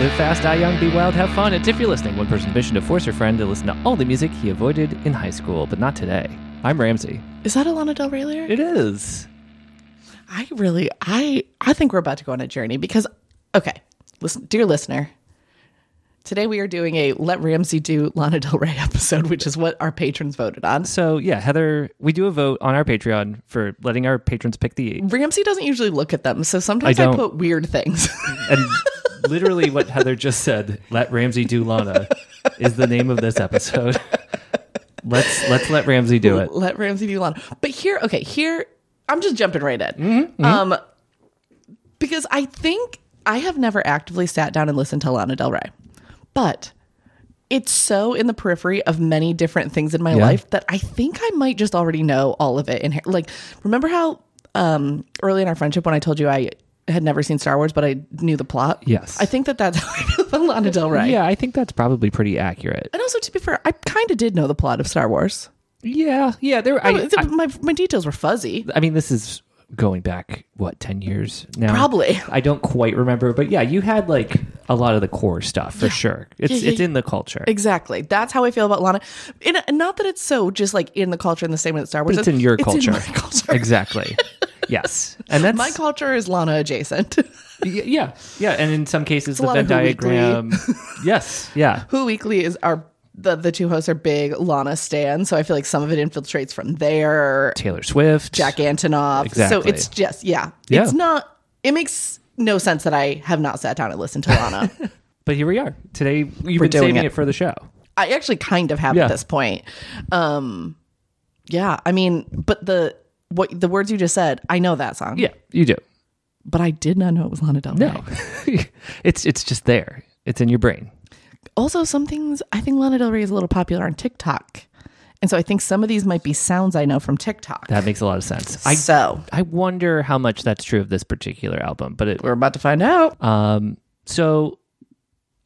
Live fast, die young, be wild, have fun. It's if you're listening, one person's mission to force your friend to listen to all the music he avoided in high school, but not today. I'm Ramsey. Is that Alana Del Rey lyric? It is. I really, I, I think we're about to go on a journey because, okay, listen, dear listener, today we are doing a Let Ramsey Do Lana Del Rey episode, which is what our patrons voted on. So yeah, Heather, we do a vote on our Patreon for letting our patrons pick the Ramsey doesn't usually look at them, so sometimes I, don't. put weird things. and literally what Heather just said, let Ramsey do Lana is the name of this episode. Let's let's let Ramsey do it. Let Ramsey do Lana. But here, okay, here, I'm just jumping right in. Mm-hmm, Um, because I think I have never actively sat down and listened to Lana Del Rey, but it's so in the periphery of many different things in my life that I think I might just already know all of it. And like, remember how um, early in our friendship when I told you I had never seen Star Wars, but I knew the plot? Yes. I think that that's how I knew about Lana Del Rey. Yeah, I think that's probably pretty accurate. And also, to be fair, I kind of did know the plot of Star Wars. Yeah, yeah. There, I I, mean, my, my details were fuzzy. I mean, this is going back what ten years now. Probably. I don't quite remember, but yeah, you had like a lot of the core stuff for sure. It's yeah, it's yeah. in the culture. Exactly. That's how I feel about Lana. And and not that it's so just like in the culture in the same way that Star Wars It's is. in your culture. my culture. Exactly. yes, and that's My culture is Lana adjacent. y- yeah, yeah, and in some cases the lot Venn of Who Weekly. diagram. yes, yeah, Who Weekly is our the the two hosts are big Lana stan, so I feel like some of it infiltrates from there. Taylor Swift, Jack Antonoff. So Exactly. it's just yeah. Yeah. It's not it makes no sense that I have not sat down and listened to Lana. But here we are today. You've We're been saving doing it. it. for the show. I actually kind of have Yeah. at this point. Um yeah, I mean, but the what the words you just said, I know that song. Yeah, you do. But I did not know it was Lana Del Rey. No, it's it's just there. It's in your brain. Also, some things I think Lana Del Rey is a little popular on TikTok, and so I think some of these might be sounds I know from TikTok. That makes a lot of sense. I so I wonder how much that's true of this particular album, but it we're about to find out. Um, so,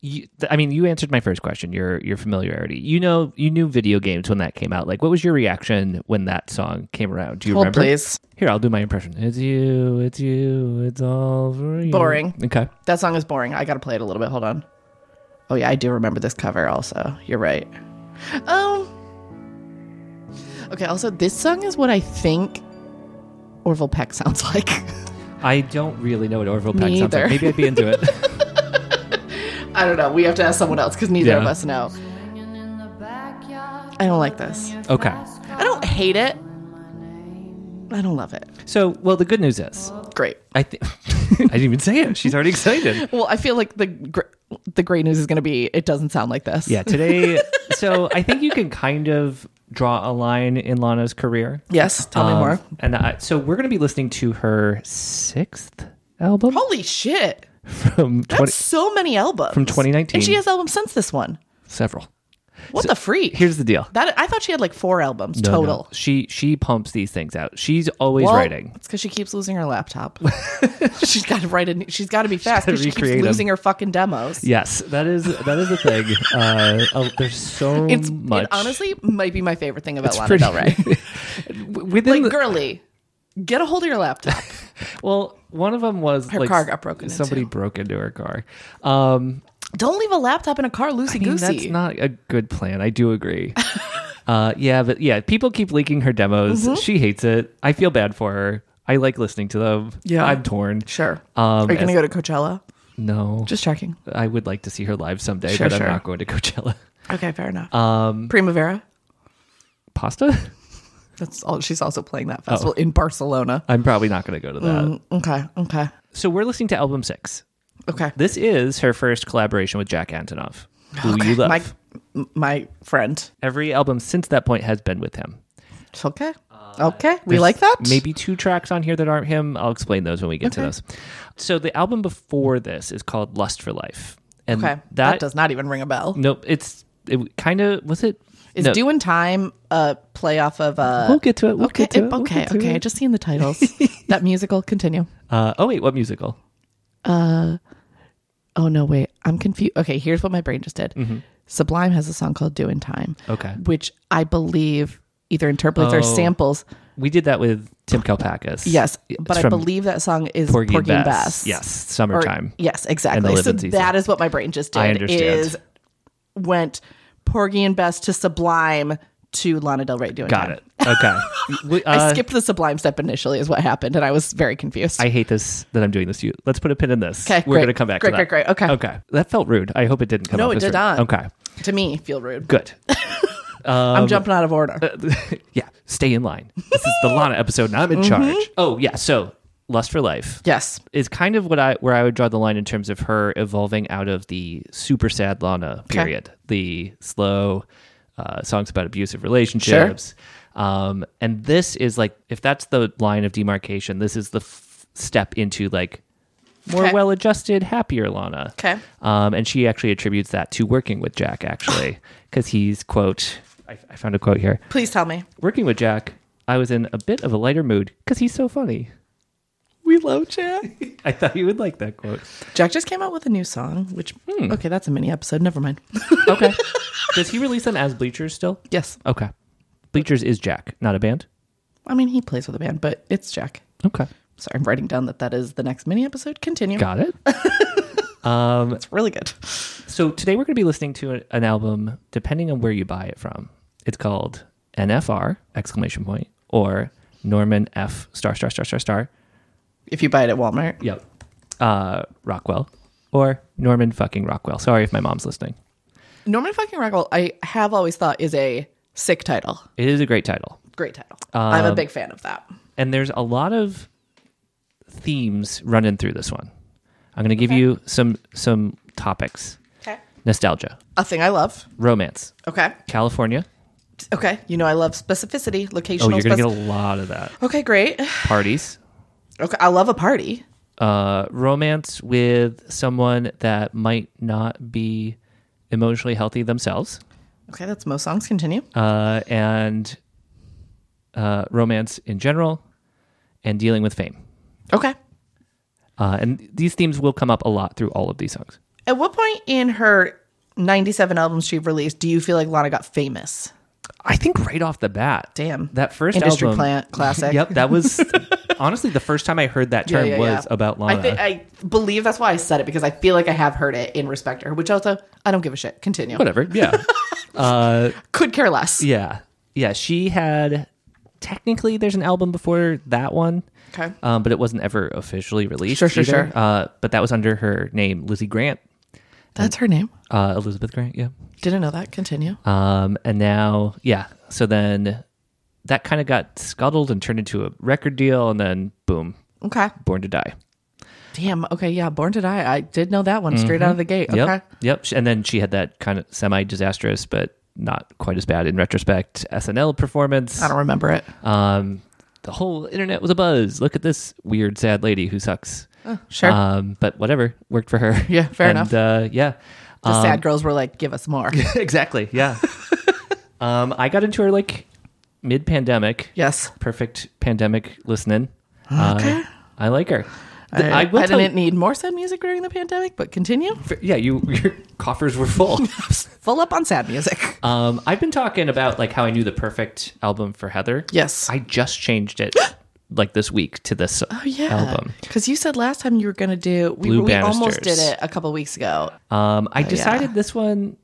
you, th- I mean, you answered my first question. Your your familiarity. You know, you knew video games when that came out. Like, what was your reaction when that song came around? Do you Hold remember? please. Here, I'll do my impression. It's you. It's you. It's all for you. Boring. Okay. That song is boring. I got to play it a little bit. Hold on. Oh yeah, I do remember this cover. Also, you're right. Um. Okay. Also, this song is what I think Orville Peck sounds like. I don't really know what Orville Peck Me sounds either. like. Maybe I'd be into it. I don't know. We have to ask someone else because neither Yeah. of us know. I don't like this. okay. I don't hate it. I don't love it. So, well, the good news is, Great. I think I didn't even say it. She's already excited. Well, I feel like the gr- the great news is going to be it doesn't sound like this. Yeah, today. so I think you can kind of draw a line in Lana's career. Yes. Tell me Um, more. And I, so we're going to be listening to her sixth album Holy shit! from 20, Oh, That's so many albums from 2019. and she has albums since this one. several. What the freak? Here's the deal. that I thought she had like four albums No, no. total. She she pumps these things out. She's always Well, writing. It's because she keeps losing her laptop. she's got to write it. She's got to be fast gotta because she keeps recreate 'em. losing her fucking demos. Yes, that is that is a thing. uh, oh, there's so It's much. it honestly might be my favorite thing about It's Lana pretty- Del Rey. within Like, the, girly, get a hold of your laptop. well, one of them was Her like, car got broken Somebody into. broke into her car. Um, Don't leave a laptop in a car loosey I mean, goosey. that's not a good plan. I do agree. uh, yeah, but yeah, people keep leaking her demos. Mm-hmm. She hates it. I feel bad for her. I like listening to them. Yeah. I'm torn. Sure. Um, Are you going as- to go to Coachella? No, Just checking. I would like to see her live someday, Sure, but sure. I'm not going to Coachella. Okay, fair enough. Um, Primavera. Pasta? That's all. She's also playing that festival in Barcelona. I'm probably not going to go to that. Mm, okay, okay, So we're listening to album six. okay. This is her first collaboration with Jack Antonoff, who you love. My m- my friend. Every album since that point has been with him. It's okay. okay, we There's like that. Maybe two tracks on here that aren't him. I'll explain those when we get to Okay. those. So the album before this is called Lust for Life, and Okay, that, that, does not even ring a bell. nope. It's it kind of was it. Is no, doing time a playoff of uh We'll get to it. We'll okay, get to it. We'll okay, get to okay. it. Just seeing the titles. that musical. Continue. uh, oh wait, what musical? Uh, Oh no, wait. I'm confused. Okay, here's what my brain just did. Sublime has a song called "Do in Time," Okay. which I believe either interprets or Oh. samples we did that with Tim Kalpakis. Yes, It's but I from believe that song is Porgy, Porgy, and Bess. and Bess. Yes, Or- E- summertime. yes, exactly. live So in season. that is what my brain just did. I understand. Is went Porgy and Bess to Sublime to Lana Del Rey doing Got time. it. Okay. We- I uh, skipped the Sublime step initially, is what happened, and I was very confused. I hate this that I'm doing this to you. Let's put a pin in this. 'Kay, We're great. going to come back to Great, that. great, great. Okay. Okay. That felt rude. I hope it didn't come No, off it as did rude. not. Okay. to me, feel rude. Good. I'm um, jumping out of order. uh, yeah. Stay in line. This is the Lana episode and I'm in Mm-hmm. charge. Oh, yeah. So, Lust for Life. yes. is kind of what I where I would draw the line in terms of her evolving out of the super sad Lana period, the slow uh, songs about abusive relationships. Um, and this is like if that's the line of demarcation, this is the f- step into like more Okay. well-adjusted, happier Lana. Okay. Um, and she actually attributes that to working with Jack actually, because he's quote. I, I found a quote here. Please tell me. Working with Jack, I was in a bit of a lighter mood because he's so funny. We love Jack. I thought you would like that quote. Jack just came out with a new song, which Hmm. okay, that's a mini episode. Never mind. Okay. Does he release them as Bleachers still? yes, Okay. Bleachers is Jack, not a band. I mean he plays with a band, but it's Jack. Okay. Sorry, I'm writing down that that is the next mini episode. Continue. Got it. It's really good. So today we're going to be listening to a- an album, depending on where you buy it from. It's called NFR exclamation point or Norman F star star star star star. If you buy it at Walmart, Yep. Uh, Rockwell or Norman fucking Rockwell. Sorry if my mom's listening. Norman fucking Rockwell, I have always thought is a sick title. It is a great title. Great title. I'm Um, a big fan of that. and there's a lot of themes running through this one. I'm going to give you some some topics: Okay. nostalgia, A thing I love. romance, Okay. California. Okay. You know I love specificity, locational. Oh, you're going to spec- get a lot of that. okay, great. Parties, Okay, I love a party. uh, romance with someone that might not be emotionally healthy themselves, Okay, that's most songs. Continue. uh, and uh, romance in general, and dealing with fame. Okay. Uh, and these themes will come up a lot through all of these songs. At what point in her 97 albums she released do you feel like Lana got famous? I think right off the bat. Damn. That first Industry album, plant classic. Yep, that was honestly the first time I heard that term was about Lana. I, think, I believe that's why I said it because I feel like I have heard it in respect to her, which also I don't give a shit. Continue. Whatever. Yeah. Uh, Could care less. yeah. Yeah. She had technically there's an album before that one. Okay. Um, but it wasn't ever officially released. Sure, sure, either. sure. Uh, but that was under her name, Lizzie Grant, That's her name. uh, Elizabeth Grant. Yeah. Didn't know that. Continue. Um, and now, yeah. So then that kind of got scuttled and turned into a record deal, and then boom, Okay. Born to Die. Damn. Okay. Yeah. Born to Die. I did know that one straight out of the gate. Okay. Mm-hmm. Yep. Yep. Sh- And then she had that kind of semi disastrous, but not quite as bad in retrospect, SNL performance. I don't remember it. Um, the whole internet was a buzz. Look at this weird, sad lady who sucks. Uh, Sure. Um, but whatever worked for her. Yeah, fair and, enough. Uh, yeah. the sad girls were like, give us more. exactly. Yeah. um, I got into her like mid pandemic. yes. Perfect pandemic listening. Okay. I like her. Th- I, will I tell you- didn't need more sad music during the pandemic, but continue. yeah, you your coffers were full. Full up on sad music. Um, I've been talking about like how I knew the perfect album for Heather. Yes. I just changed it like this week to this album. Because you said last time you were going to do, we, Blue we almost Bannisters. did it a couple weeks ago. Um, Uh, I decided this one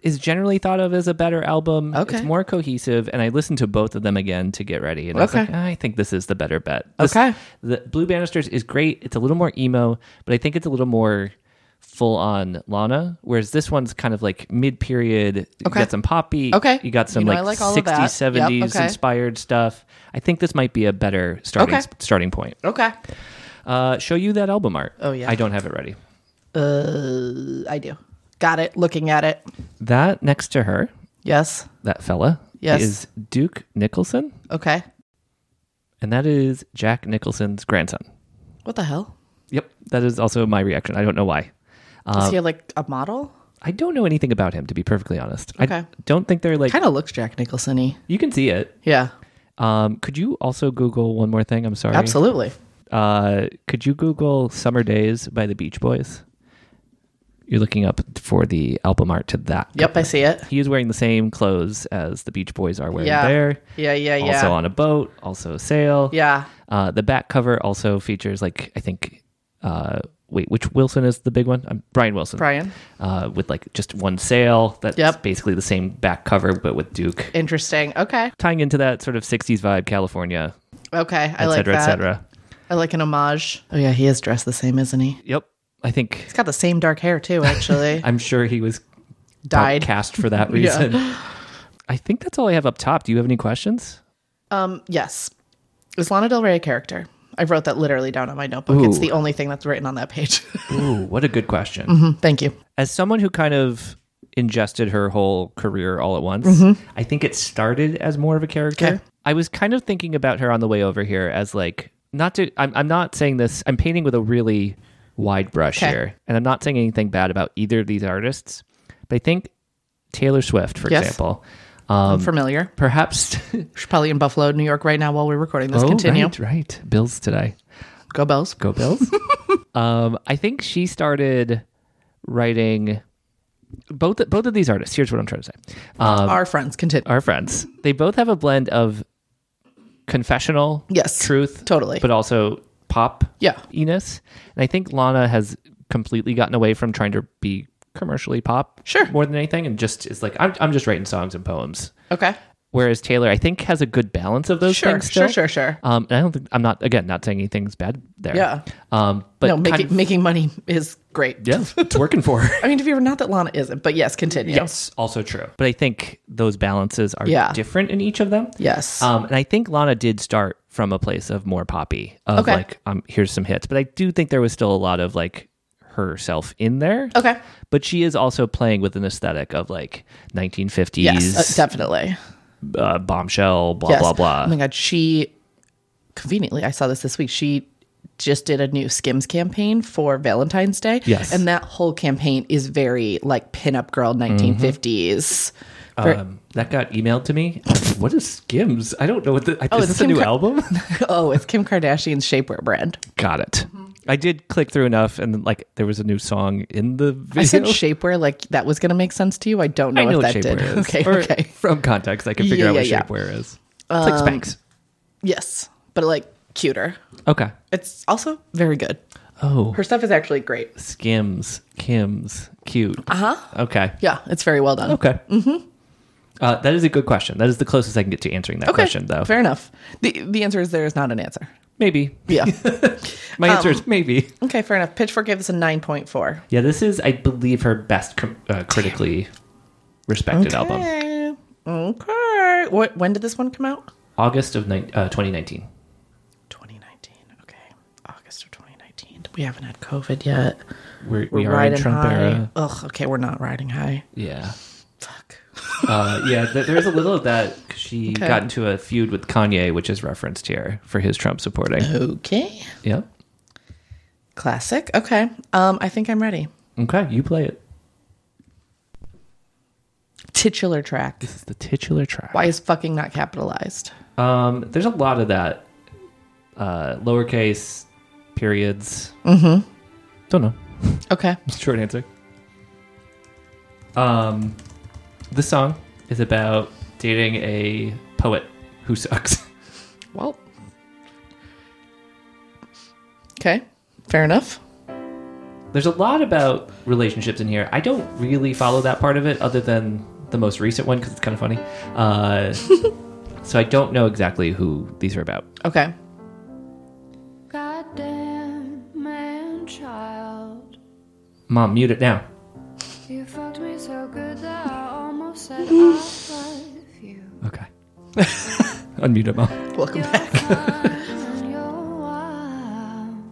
is generally thought of as a better album. Okay. It's more cohesive, and I listened to both of them again to get ready. And I was Okay. like, I think this is the better bet. This- Okay. The Blue Bannisters is great. It's a little more emo, but I think it's a little more full on Lana. Whereas this one's kind of like mid period. You Okay. got some poppy. Okay. You got some You know, I like, like all of 60s, that. Yep, 70s okay. inspired stuff. I think this might be a better starting Okay. starting point. Okay. Uh, show you that album art. Oh, yeah. I don't have it ready. Uh, I do. Got it. Looking at it. That next to her Yes. that fella Yes. is Duke Nicholson, Okay. and that is Jack Nicholson's grandson. What the hell? Yep, that is also my reaction. I don't know why. Uh, Um, Is he like a model? I don't know anything about him, to be perfectly honest. I Okay. don't think they're like Kind of looks Jack Nicholson y. you can see it. Yeah. Um, could you also Google one more thing? I'm sorry. Absolutely. Uh, could you Google "Summer Days" by the Beach Boys? You're looking up for the album art to that. Yep, I see it. He is wearing the same clothes as the Beach Boys are wearing Yeah. there. Yeah, yeah, yeah. Also on a boat, also a sail. Yeah. Uh, the back cover also features, like, I think, uh, wait, which Wilson is the big one? Um, Brian Wilson. Brian. Uh, with, like, just one sail. That's Yep. basically the same back cover, but with Duke. Interesting. Okay. Tying into that sort of 60s vibe, California, Okay. I et like cetera, that. et cetera. I like an homage. Oh yeah, he is dressed the same, isn't he? Yep. I think He's got the same dark hair too, actually. I'm sure he was Died. cast for that reason. I think that's all I have up top. Do you have any questions? Um, yes. Is Lana Del Rey a character? I wrote that literally down on my notebook. It's Ooh. the only thing that's written on that page. Ooh, what a good question. Mm, Thank you. As someone who kind of ingested her whole career all at once, I think it started as more of a character. Mm-hmm. Okay. I was kind of thinking about her on the way over here as like not to I'm I'm not saying this I'm painting with a really wide brush Okay. here. And I'm not saying anything bad about either of these artists, but I think Taylor Swift, for Yes. example, um, Familiar. perhaps She's probably in Buffalo, New York right now while we're recording this. Oh, Continue. Right, right. Bills today. Go Bells. Go Bills. um, I think she started writing both both of these artists. Here's what I'm trying to say. Um, Our friends. Continue. our friends. They both have a blend of confessional Yes, truth totally. but also pop Yeah. eness. And I think Lana has completely gotten away from trying to be commercially pop Sure. more than anything and just is like I'm I'm just writing songs and poems. okay. Whereas Taylor, I think, has a good balance of those Sure. things. Still. Sure. Sure. Sure. Um, and I don't think I'm not again not saying anything's bad there. Yeah. Um, but no, making kind of- making money is great. yeah, it's working for. her. I mean, if you were not that Lana isn't, but yes, continue. yes, also true. But I think those balances are Yeah. different in each of them. Yes. Um, and I think Lana did start from a place of more poppy of Okay. like um, here's some hits, but I do think there was still a lot of like herself in there. okay. But she is also playing with an aesthetic of like 1950s Yes. uh, definitely. uh, bombshell, blah Yes. blah blah. Oh my god, she conveniently I saw this this week. She just did a new Skims campaign for Valentine's Day. Yes. and that whole campaign is very like pinup girl 1950s. Very- Um, that got emailed to me. what is Skims? I don't know what the. I, it's is this a Kim new Kar- album? oh, it's Kim Kardashian's shapewear brand. got it. Mm-hmm. I did click through enough, and like there was a new song in the video. I said shapewear like that was going to make sense to you. I don't know I if know what that did. shapewear is. Okay, Or okay. From context, I can figure Yeah, out what yeah, Um, yeah. shapewear is. It's like Spanx. Yes, but like cuter. Okay. It's also very good. Oh, Her stuff is actually great. Skims, Kims, cute. Uh huh. Okay. Yeah, it's very well done. Okay. Mm-hmm. Uh, that is a good question. That is the closest I can get to answering that question, though. Fair enough. The the answer is there is not an answer. Maybe. Yeah. My Um, answer is maybe. Okay, fair enough. Pitchfork gave this a 9.4. Yeah, this is, I believe, her best com- uh, critically respected album. Okay. Eh, Okay. What, when did this one come out? August of nine uh, 2019. 2019. Okay. August of 2019. We haven't had COVID yet. We're, we We're are in riding Trump high. era. Ugh, okay, we're not riding high. Yeah. Fuck. Uh, yeah, th- there's a little of that 'cause she Okay. got into a feud with Kanye, which is referenced here for his Trump supporting. Uh-huh. Okay. Yeah. Classic. Okay. Um, I think I'm ready. Okay, you play it. Titular track. This is the titular track. Why is fucking not capitalized? Um, there's a lot of that. Uh, lowercase periods. Don't know. Okay. Short answer. Um, this song is about dating a poet who sucks. Well. Okay. Fair enough. There's a lot about relationships in here. I don't really follow that part of it, other than the most recent one because it's kind of funny. Uh, so I don't know exactly who these are about. Okay. Goddamn man child. Mom, mute it now. You fucked me so good that I almost said I love you. Okay. Unmute it, mom. Welcome You're back. fine and you're wild.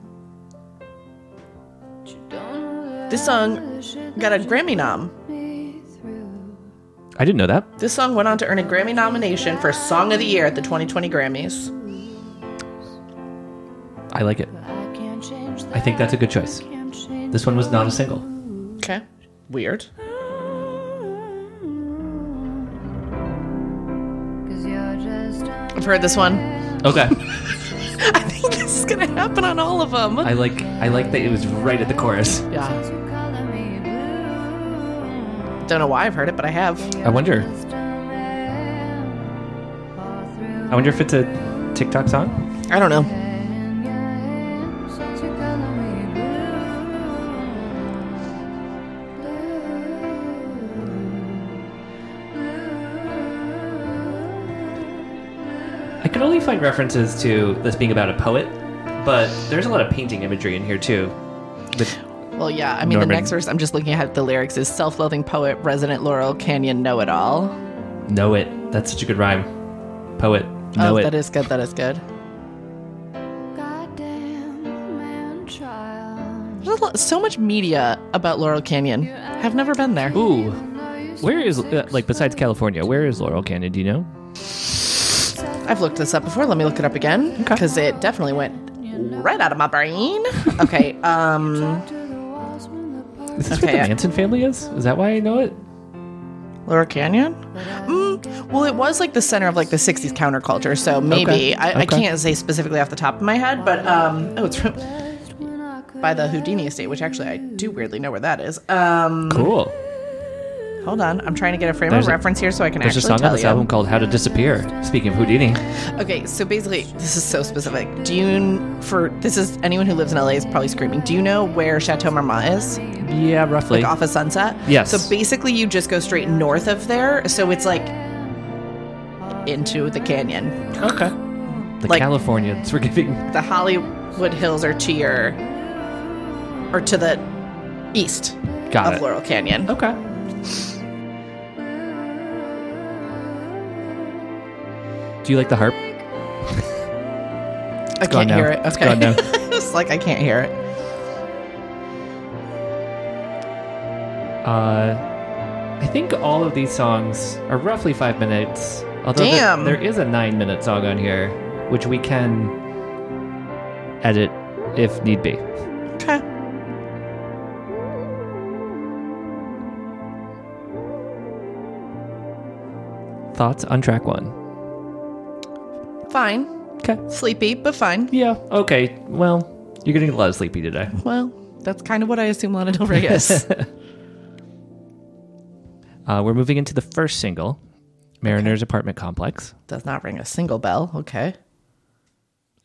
But you don't know that This song I'm the shit Got a that you Grammy nom. put me through. I didn't know that. This song went on to earn a Grammy nomination for Song of the Year at the 2020 Grammys. I like it. But I can't change I think that's a good choice. This one was not a single. Okay. Weird. Cause you're just a I've heard this one. Okay. I think this is going to happen on all of them. I like I like that it was right at the chorus. yeah. You color me blue. Don't know why I've heard it, but I have. I wonder. I wonder if it's a TikTok song. I don't know. I could only find references to this being about a poet, but there's a lot of painting imagery in here too. With- Well, yeah. I mean, the Norman. next verse I'm just looking at the lyrics is self-loathing poet, resident Laurel Canyon, know it all. know it. That's such a good rhyme. Poet. Know oh, it. that is good. That is good. Goddamn man child. There's a lot, so much media about Laurel Canyon. Have never been there. Ooh. No, you Where is uh, like besides California? Where is Laurel Canyon? Do you know? I've looked this up before. Let me look it up again because it definitely went right out of my brain. Okay. Um, stuck to the walls when the park Is this Okay, where I- the Manson family is? Is that why I know it? Laurel Canyon. Mm, well, it was like the center of like the '60s counterculture, so maybe Okay, I, I okay. can't say specifically off the top of my head, but um, oh, it's from just when I could by the Houdini estate, which actually I do weirdly know where that is. Um, Cool. hold on, I'm trying to get a frame There's of a- reference here so I can There's actually a song tell on this you. album called "How to Disappear." Speaking of Houdini, Okay, so basically, this is so specific. Do you kn- for this is anyone who lives in LA is probably screaming. Do you know where Chateau Marmont is? yeah, roughly. Like off of Sunset. Yes. So basically, you just go straight north of there. So it's like into the canyon. okay. The like- Californians were giving The Hollywood Hills are to your or to the east Got of it. Oh, Laurel Canyon. Okay. Do you like the harp? I gone can't hear now. it. Okay. It's gone now. It's like I can't hear it. Uh, I think all of these songs are roughly five minutes. Although there- Damn. there is a nine-minute song on here, which we can edit if need be. Okay. Thoughts on track one? Fine. Okay. Sleepy, but fine. Yeah. Okay. Well, you're getting a lot of sleepy today. Well, that's kind of what I assume Lana Del Rey is. Uh, we're moving into the first single, "Mariner's Apartment Complex." Does not ring a single bell. Okay.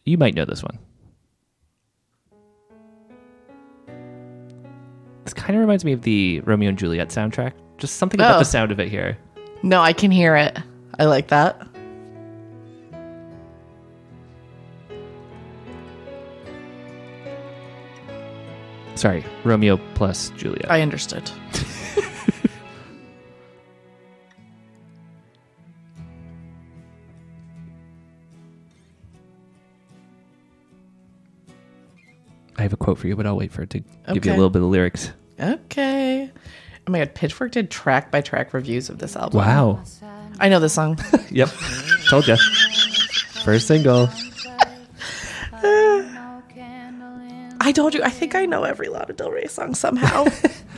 You might know this one. This kind of reminds me of the Romeo and Juliet soundtrack. Just something about Oh. the sound of it here. No, I can hear it. I like that. Sorry, Romeo plus Juliet. I understood. I have a quote for you, but I'll wait for it to give you Okay. a little bit of lyrics. Okay. Oh my god, Pitchfork did track by track reviews of this album. Wow. I know this song. yep. Told you. First single. no candle in I told you, I think I know every Lana Del Rey song somehow.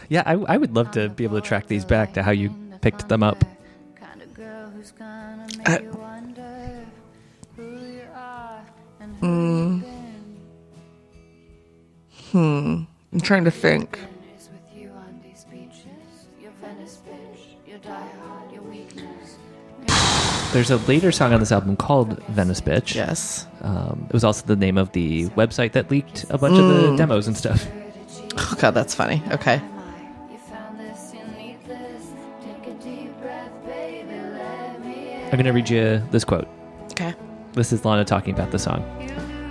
Yeah, I, I would love to be able to track these back to how you picked them up. kind of girl who's gonna make Uh, you wonder who you are and who mm. you've been I'm trying to think. is with you on these beaches. Your Venice bitch, your diehard, your weakness. There's a later song on this album called Venice Bitch. Yes. Um, it was also the name of the website that leaked a bunch of Mm. the demos and stuff. Oh god, that's funny. Okay. Am I? You found this, you need this. Take a deep breath, baby, let me in. I'm going to read you this quote. Okay. This is Lana talking about the song.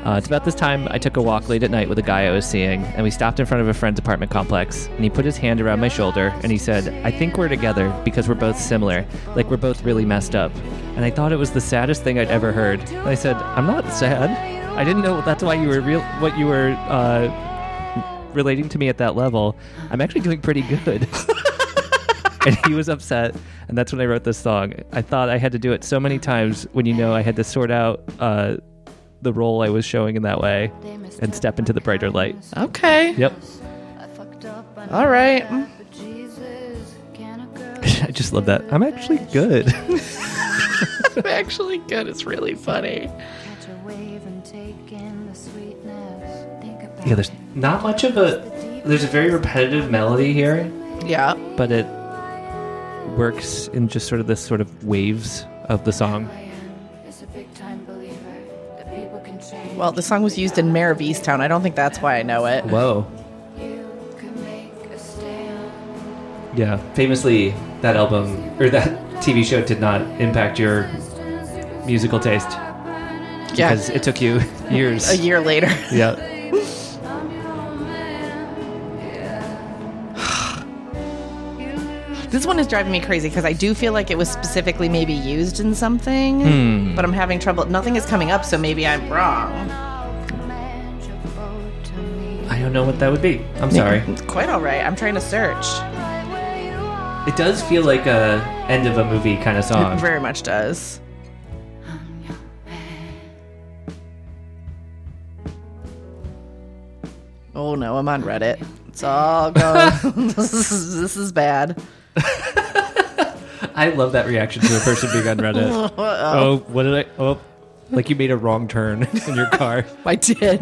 Uh, it's about this time I took a walk late at night with a guy I was seeing, and we stopped in front of a friend's apartment complex. And he put his hand around my shoulder and he said, I think we're together because we're both similar, like we're both really messed up. And I thought it was the saddest thing I'd ever heard. And I said, I'm not sad. I didn't know that's why you were real, what you were uh, relating to me at that level. I'm actually doing pretty good. and he was upset and that's when i wrote this song i thought i had to do it so many times when you know i had to sort out uh, the role i was showing in that way and step into the brighter light Okay. yep I fucked up, I All right. but Jesus, can a girl i just love that i'm actually good Actually good. It's really funny. catch a wave and take in the sweetness? Think about yeah there's not much of a there's a very repetitive melody here Yeah. but it works in just sort of this sort of waves of the song. is a big time believer that people can change. Well, the song was used in Mayor of Easttown. I don't think that's why I know it. Whoa. you can make a stand. Yeah. Famously, that album or that TV show did not impact your musical taste Yeah, because it took you years. a year later. Yeah. This one is driving me crazy because I do feel like it was specifically maybe used in something, but I'm having trouble. Nothing is coming up, so maybe I'm wrong. Command your vote to me. I don't know what that would be. I'm sorry. It's quite all right. I'm trying to search. Right where you are. It does feel like a end of a movie kind of It song. very much does. Oh no, I'm on Reddit. It's all going. this, is, this is bad. I love that reaction to a person being on Reddit. oh, what did I? Oh, like you made a wrong turn in your car. I did.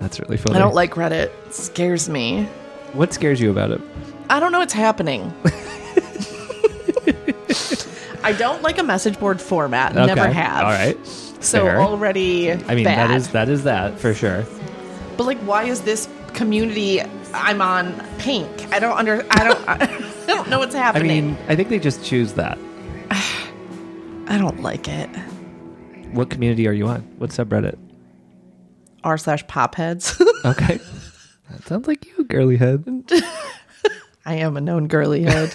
That's really funny. I don't like Reddit. It scares me. What scares you about it? I don't know what's happening. I don't like a message board format. Never Okay. have. All right. So Fair. already I mean, bad. that is that is that for sure. But like, why is this community I'm on pink? I don't under. I don't. I don't know what's I happening. mean, I think they just choose that. I don't like it. What community are you on? What subreddit? R slash popheads. Okay. That sounds like you, girly head. I am a known girly head.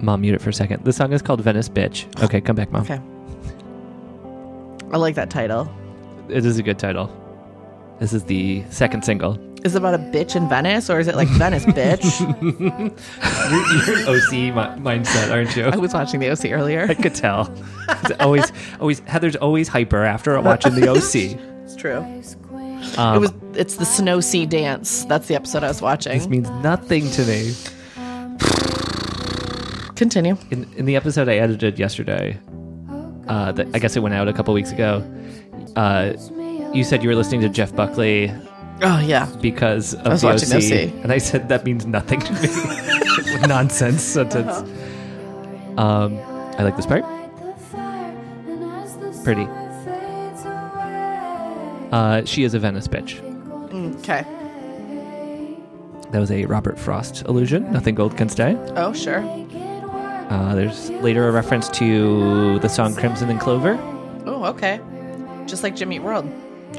Mom, mute it for a second. The song is called Venice Bitch. Okay, come back, Mom. Okay. I like that title. It is a good title. This is the second single. Is it about a bitch in Venice or is it like Venice bitch? You're, you're an OC mi- mindset, aren't you? I was watching the OC earlier. I could tell. It's always, always Heather's always hyper after watching the Um, OC. It's true. Ice queen. It was. It's the snow sea dance. That's the episode I was This watching. means nothing to me. Continue. In, in the episode I edited yesterday, uh, that I guess it went out a couple weeks ago. Uh, you said you were listening to Jeff Buckley Oh yeah. because of was the watching OC, OC. and I said that means nothing to me. Nonsense sentence. Uh-huh. Um, I like this part. Light the fire, and as the Pretty. summer fades away, Uh, she is a Venice bitch. Okay. That was a Robert Frost illusion. Nothing gold can stay. Oh sure. make it work. Uh, there's later a reference to the song Crimson and Clover, Oh okay. Just like Jimmy Eat World.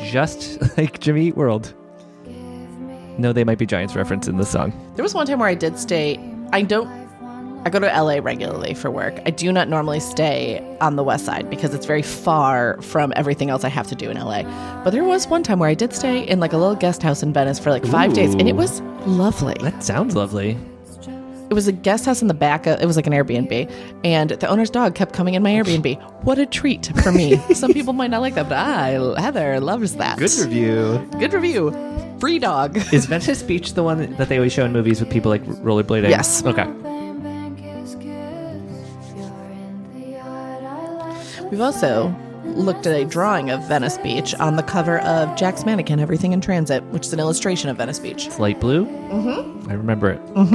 just like Jimmy Eat World. No, they might be Giants reference in the song. There was one time where I did stay. I don't. I go to LA regularly for work. I do not normally stay on the west side because it's very far from everything else I have to do in LA. But there was one time where I did stay in like a little guest house in Venice for like five days, and Ooh. it was lovely. That sounds lovely. It was a guest house in the back. Of, it was like an Airbnb, and the owner's dog kept coming in my Airbnb. What a treat for me! Some people might not like that, but I Heather loves that. review. Good review. Free dog. Is Venice Beach the one that they always show in movies with people like rollerblading? Yes. Okay. Bang, bang, kiss, kiss. You're in the yard, I like the We've also looked at a drawing of Venice Beach on the cover of Jack's Mannequin Everything in Transit, which is an illustration of Venice Beach. It's light blue. Mm-hmm. I remember it. you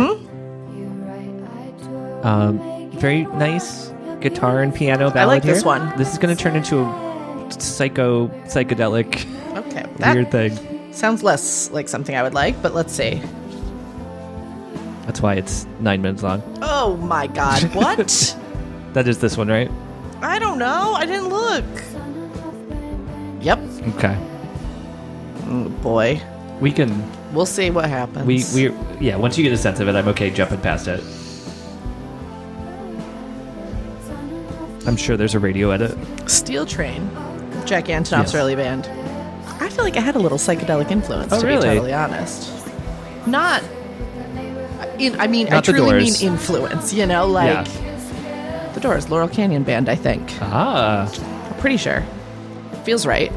right, I do. Um, very nice guitar and piano ballad. like this here. one. This is going to turn into a psycho psychedelic Okay, that weird thing. sounds less like something I would like, but let's see. That's why it's nine minutes long. Oh my god, what? That is this one, right? I don't know. I didn't look. Yep. Okay. Oh boy. We can. We'll see what happens. We we yeah. Once you get a sense of it, I'm okay jumping past it. I'm sure there's a radio edit. Steel Train, Jack Antonoff's Yes. early band. I feel like I had a little psychedelic influence, Oh, to really? be totally honest. Not, in, I mean, I Not The truly mean Doors. influence, you know, like the Doors, Laurel Canyon Band, I think. Ah, I'm pretty sure. Feels right.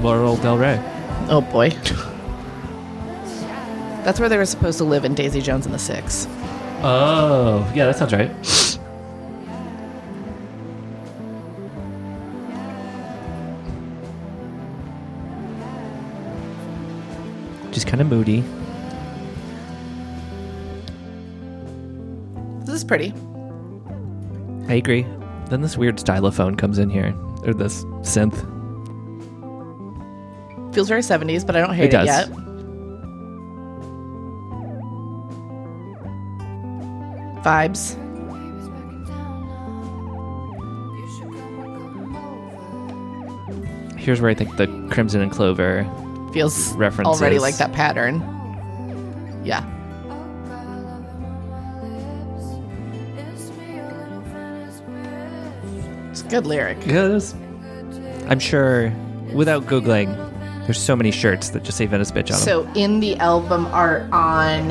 Laurel Del Rey. Oh boy. That's where they were supposed to live in Daisy Jones and the Six. Oh, yeah, that sounds right. Just kind of moody. was pretty. I agree. Then this weird stylophone comes in here, or this synth. Feels very 70s, but I don't hate it, does. yet. Vibes. Here's where I think the Crimson and Clover. Feels References. already like that pattern. Yeah. Oh, It's a good lyric. Yes. I'm sure, without Googling, there's so many shirts that just say Venice Bitch on them. So in the album art on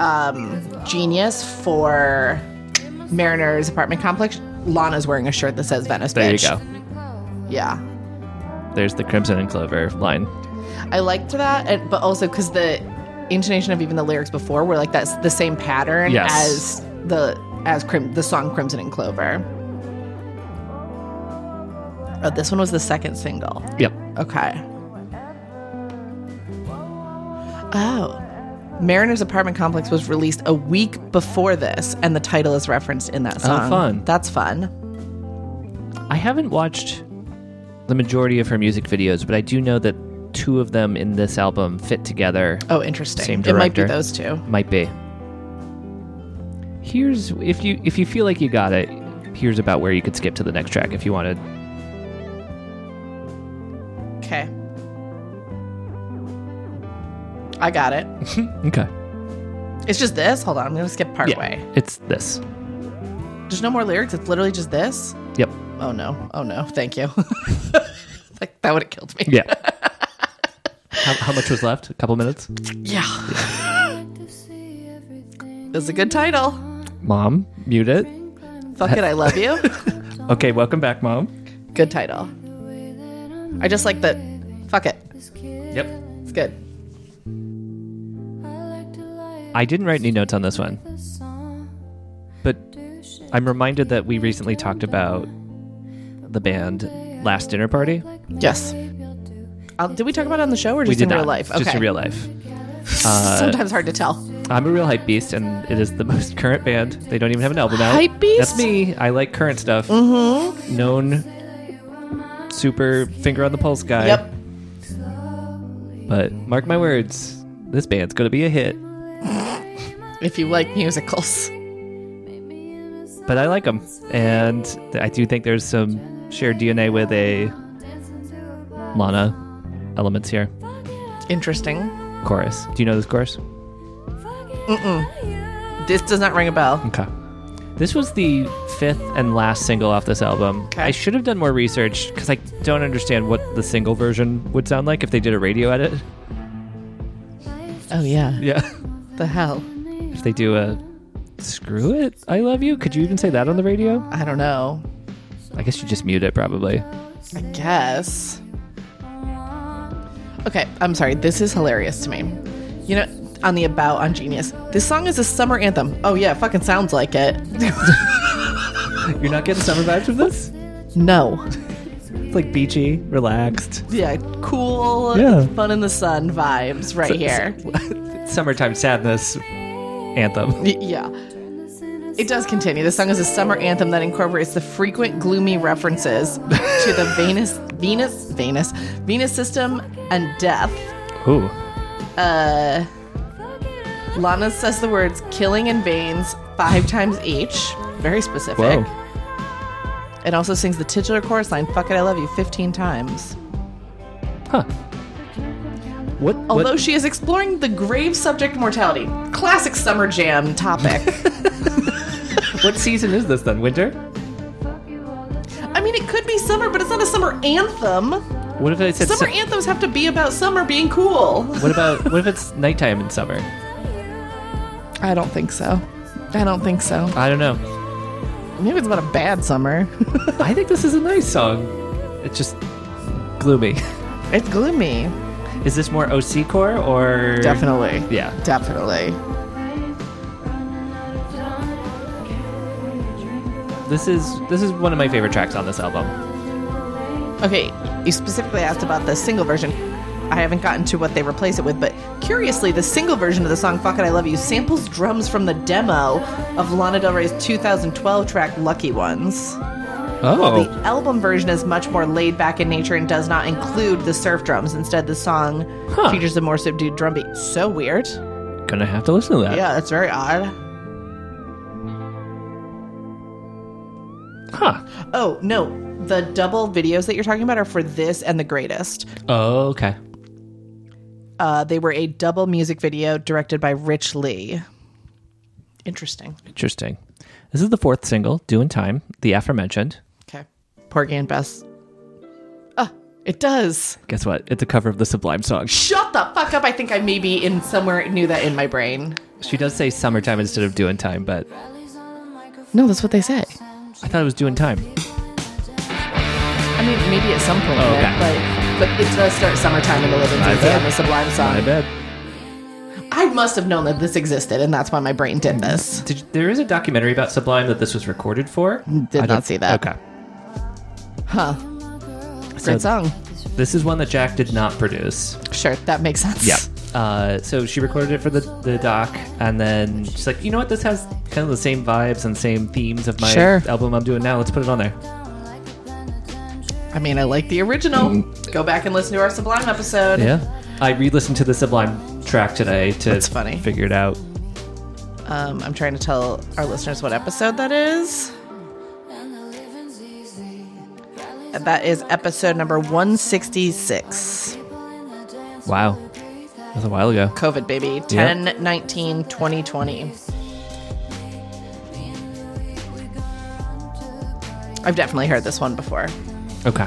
um, Genius for Mariner's apartment complex, Lana's wearing a shirt that says Venice There you Bitch. go. Yeah. There's the Crimson and Clover line. I liked that, and, but also because the intonation of even the lyrics before were like that's the same pattern Yes. as the as Crim- the song Crimson and Clover. Oh, this one was the second single. Yep. Okay. Oh. Mariner's apartment complex was released a week before this, and the title is referenced in that song. Oh, fun. That's fun. I haven't watched the majority of her music videos, but I do know that two of them in this album fit together. Oh, interesting. Same It might be director. those two. Might be. Here's if you if you feel like you got it. Here's about where you could skip to the next track if you wanted. Okay. I got it. Okay. It's just this. Hold on, I'm gonna skip part way. It's this. There's no more lyrics. It's literally just this. Yep. Oh no. Oh no. Thank you. like, that would have killed me. Yeah. how, how much was left? A couple minutes. Yeah. That's a good title. Mom, mute it. Fuck it. I love you. Okay, welcome back, mom. Good title. I just like that. Fuck it. Yep. It's good. I didn't write any notes on this one, but I'm reminded that we recently talked about the band Last Dinner Party. Yes. Uh, did we talk about it on the show or just we did in not. real life? Just in real life. Uh, Sometimes hard to tell. I'm a real hype beast, and it is the most current band. They don't even have an album out. Hype beast? That's me. I like current stuff. Mm-hmm. Known, super finger on the pulse guy. Yep. But mark my words, this band's gonna be a hit. If you like musicals. But I like them, and I do think there's some shared DNA with a Lana elements here. Interesting. Chorus. Do you know this chorus? This does not ring a bell. Okay. This was the fifth and last single off this album. Okay. I should have done more research because I don't understand what the single version would sound like if they did a radio edit. Oh yeah. Yeah. The hell. if they do a screw it, I love you. Could you even say that on the radio? I don't know. I guess you just mute it probably. I guess. Okay, I'm sorry. This is hilarious to me. You know, on the About on Genius, this song is a summer anthem. Oh, yeah, it fucking sounds like it. You're not getting summer vibes from this? no. It's like beachy, relaxed. Yeah, cool, Yeah. fun in the sun vibes right here. Summertime sadness anthem. Y- yeah. It does continue. This song is a summer anthem that incorporates the frequent gloomy references to the Venus, Venus, Venus, Venus system and death. Ooh. uh, Lana says the words killing in veins five times each. Very specific. Whoa. And also sings the titular chorus line, Fuck It, I Love You, 15 times. Huh. What? Although what- she is exploring the grave subject mortality. Classic summer jam topic. what season is this then? Winter? I mean, it could be summer, but it's not a summer anthem. What if I said Summer su- anthems have to be about summer being cool. What about what if it's nighttime in summer? I don't think so. I don't think so. I don't know. Maybe it's about a bad summer. I think this is a nice song. It's just gloomy. it's gloomy. Is this more OC core or Definitely. Yeah. Definitely. This is this is one of my favorite tracks on this album. Okay, you specifically asked about the single version. I haven't gotten to what they replace it with, but curiously, the single version of the song Fuck It I Love You samples drums from the demo of Lana Del Rey's 2012 track Lucky Ones. Oh, The album version is much more laid back in nature and does not include the surf drums. Instead, the song Huh. features a more subdued drum beat. So weird. gonna have to listen to that. Yeah, that's very odd. Huh. Oh, no. The double videos that you're talking about are for this and the greatest. Okay. Uh, they were a double music video directed by Rich Lee. Interesting. Interesting. This is the fourth single, "Due in Time," the aforementioned. Okay. Porgy and Bess. Ah, it does. Guess what? It's a cover of the Sublime song. Shut the fuck up. I think I maybe in somewhere knew that in my brain. She does say "Summertime" instead of "Due in Time," but No, that's what they say. I thought it was "Due in Time." I mean, maybe at some point, Oh, right? okay. but but it does start summertime in the living I Daisy bet. and the Sublime I song. bet. I must have known that this existed, and that's why my brain did this. Did you- there is a documentary about Sublime that this was recorded for. Did I not don't- see that. Okay. Huh? Great song. This is one that Jack did not produce. Sure, that makes sense. Yeah. Uh, so she recorded it for the, the doc, and then she's like, you know what? This has kind of the same vibes and same themes of my Sure. album I'm doing now. Let's put it on there. I mean, I like the original. Go back and listen to our Sublime episode. Mm. Yeah. I re listened to the Sublime track today to That's funny. figure it out. Um, I'm trying to tell our listeners what episode that is. That is episode number 166. Wow. That was a while ago. COVID, baby. 10, 19, 2020. I've definitely heard this one before. Okay.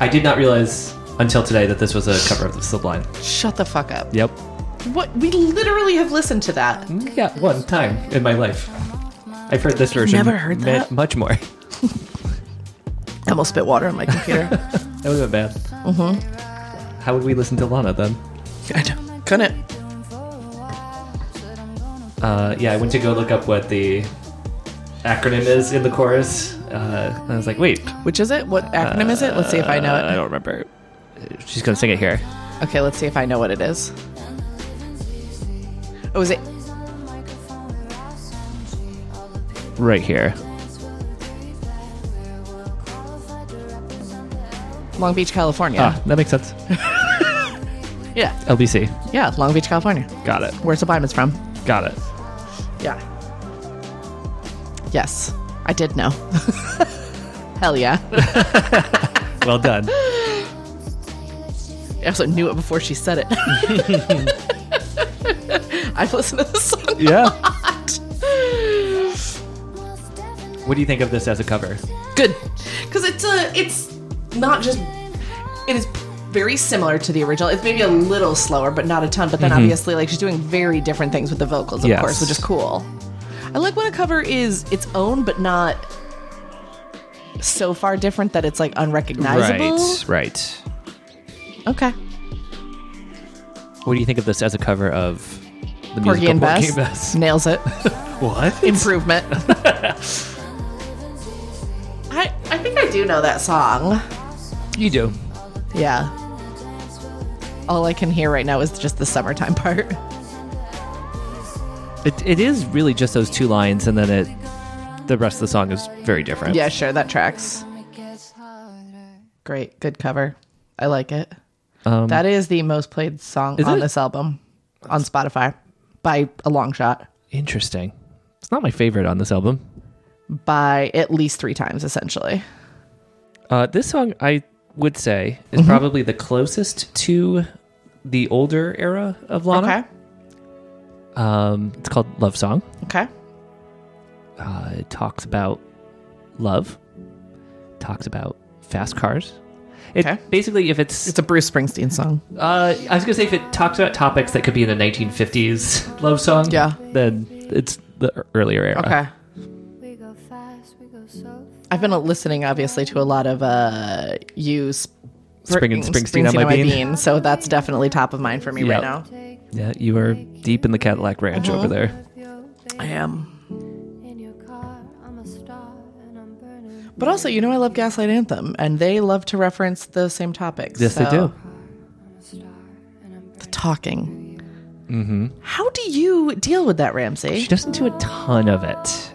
I did not realize until today that this was a cover of the Sublime. Shut the fuck up. Yep. What? We literally have listened to that. Yeah, one time in my life. I've heard this version. never heard ma- that? much more. I almost spit water on my computer. That would have been bad. Mm-hmm. How would we listen to Lana then? I don't, couldn't. Uh, yeah, I went to go look up what the acronym is in the chorus. Uh, and I was like, wait, Which is it? What acronym is it? Let's see if I know it. Uh, I don't remember. She's gonna sing it here. Okay, let's see if I know what it is. Oh, is it? Right here. Long Beach, California. Ah, that makes sense. Yeah, LBC. yeah, Long Beach, California. Got it. Where Sublime is from. Got it. Yeah. Yes, I did know. Hell yeah. Well done. I also knew it before she said it. I've listened to this song. yeah. What do you think of this as a cover? Good. Because it's a, it's not just, it is very similar to the original. It's maybe a little slower, but not a ton. But then obviously, like, she's doing very different things with the vocals, of Yes. course, which is cool. I like when a cover is its own, but not so far different that it's like unrecognizable. Right. Okay. What do you think of this as a cover of the Porgy musical and Porgy Bess. Nails it. What? Improvement. I, I think I do know that song. You do. Yeah. All I can hear right now is just the summertime part. It, it is really just those two lines, and then it, the rest of the song is very different. Yeah, sure, that tracks. Great, good cover. I like it. Um, That is the most played song Is on it? this album on Spotify by a long shot, Interesting. It's not my favorite on this album. by at least three times, essentially. Uh, this song, I would say, is Mm-hmm. probably the closest to the older era of Lana. Okay. Um, it's called Love Song. Okay. Uh, it talks about love, talks about fast cars. It, Okay. Basically, if it's, It's a Bruce Springsteen song. uh, I was gonna say if it talks about topics that could be in the 1950s love song, Yeah. then it's the earlier era. Okay. We go fast, we go so I've been listening, obviously, to a lot of uh, you. Sp- Spring and Springsteen on my bean. So that's definitely top of mind for me Yeah. right now. take Yeah, you are deep in the Cadillac Ranch Mm-hmm. over there. your I am. Mm-hmm. in your car. I'm a star and I'm burning. But also, you know, I love Gaslight Anthem, and they love to reference the same topics. Yes, they so- do. talking. Mm-hmm. How do you deal with that, Ramsey? She doesn't do a ton of it.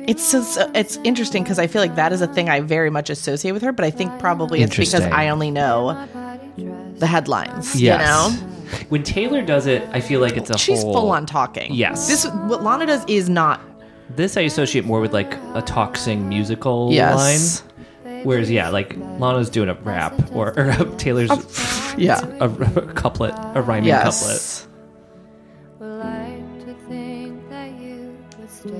It's so, it's interesting because I feel like that is a thing I very much associate with her, but I think probably it's because Interesting. I only know Party dress. the headlines. You know, When Taylor does it, I feel like it's a she's whole- full on talking. Yes. this what Lana does is not. This I associate more with like a talk sing musical Yes. line. Whereas yeah, like Lana's doing a rap or, or a- Taylor's Yeah. a, a couplet, a rhyming Yes. Well, like to think that you would stick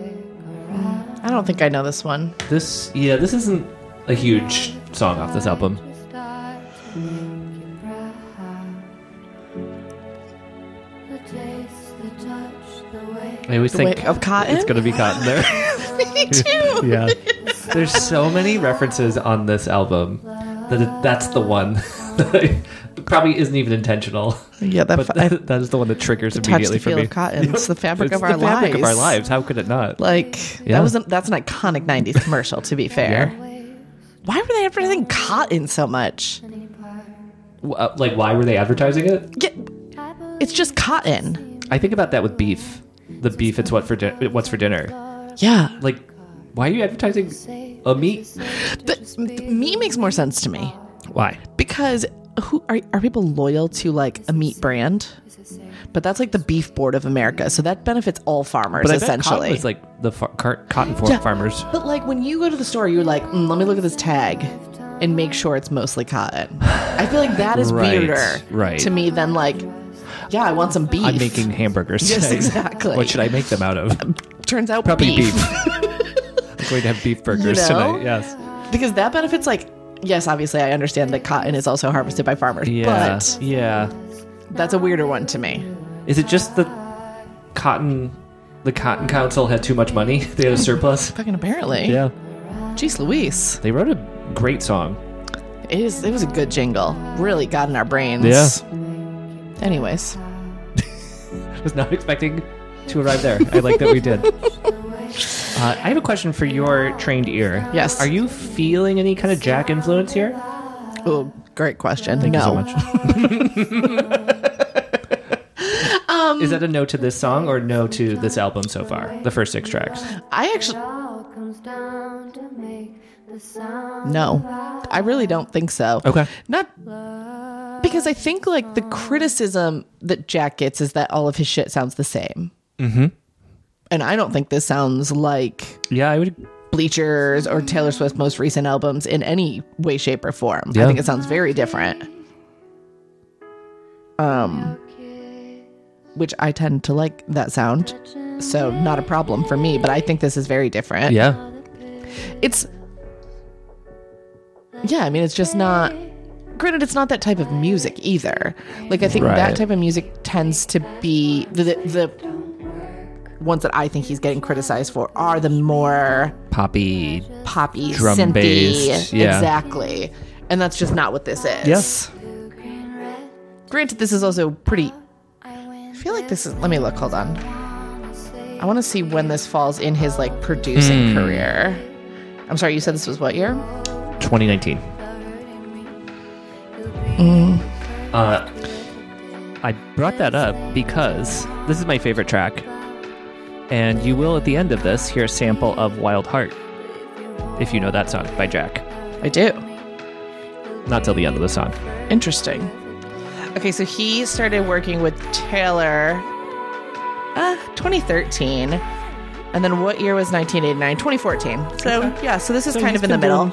around. I don't think I know this one. couplet. This yeah, this isn't a huge song off this album. To start to make you proud. The taste, the touch, the way. I always The think Wick of Cotton? It's gonna be cotton there. Me too. yeah. There's so many references on this album that it, that's the one that I- probably isn't even intentional. Yeah, that But fi- I that, that is the one that triggers touched immediately the for feel me. of cotton. It's the fabric It's of our the fabric lives. of our lives. How could it not? Like Yeah. that was a, that's an iconic '90s commercial. To be fair, why were they advertising cotton so much? W- uh, Like, why were they advertising it? Yeah, it's just cotton. I think about that with beef. The beef. It's what for din- what's for dinner. Yeah, Like, why are you advertising a meat? The, meat makes more sense to me Why? because who are, are people loyal to like a meat brand? But that's like the beef board of America, so that benefits all farmers But I bet cotton essentially. was like the far- car- cotton for- Yeah. farmers. but like when you go to the store, you're like, mm, let me look at this tag and make sure it's mostly cotton. I feel like that is Right, weirder right. to me than like, yeah, I want some beef. I'm making hamburgers. Yes, today. exactly. What should I make them out of? turns out Probably beef. beef. I'm going to have beef burgers know? tonight. Yes. because that benefits like. Yes, obviously, I understand that cotton is also harvested by farmers, Yeah. but yeah. that's a weirder one to me. Is it just the cotton? The cotton council had too much money. They had a surplus. Fucking apparently. Yeah. Jeez Louise. They wrote a great song. It is. It was a good jingle. Really got in our brains. Yeah. Anyways, I was not expecting to arrive there. I like that we did. Uh, I have a question for your trained ear. Yes. Are you feeling any kind of Jack influence here? oh, great question. Thank no. you so much. Is that a no to this song or no to this album so far? The first six tracks. I actually All comes down to make the sound. no. I really don't think so. Okay. Not because I think like the criticism that Jack gets is that all of his shit sounds the same. Mm-hmm. And I don't think this sounds like Yeah, I would. Bleachers or Taylor Swift's most recent albums in any way, shape, or form. I Yeah. think it sounds very different. Um, which I tend to like that sound, so not a problem for me. But I think this is very different. Yeah. it's yeah. I mean, it's just not. Granted, it's not that type of music either. Like I think Right. that type of music tends to be the, the the ones that I think he's getting criticized for are the more Poppy. poppy, Drum synthy. based, yeah. Exactly. And that's just not what this is. Yes. Granted, this is also pretty. I I went feel like this is. Let me look. Hold on. to say I want to see when this falls in his like producing career. I'm sorry. You said this was what year? 2019. Uh, I brought that up because this is my favorite track, and you will at the end of this hear a sample of Wild Heart, if you know that song by Jack. I do. Not till the end of the song. Interesting. Okay, so he started working with Taylor, uh, 2013, and then what year was 1989? 2014. So yeah, so this is kind of in the middle.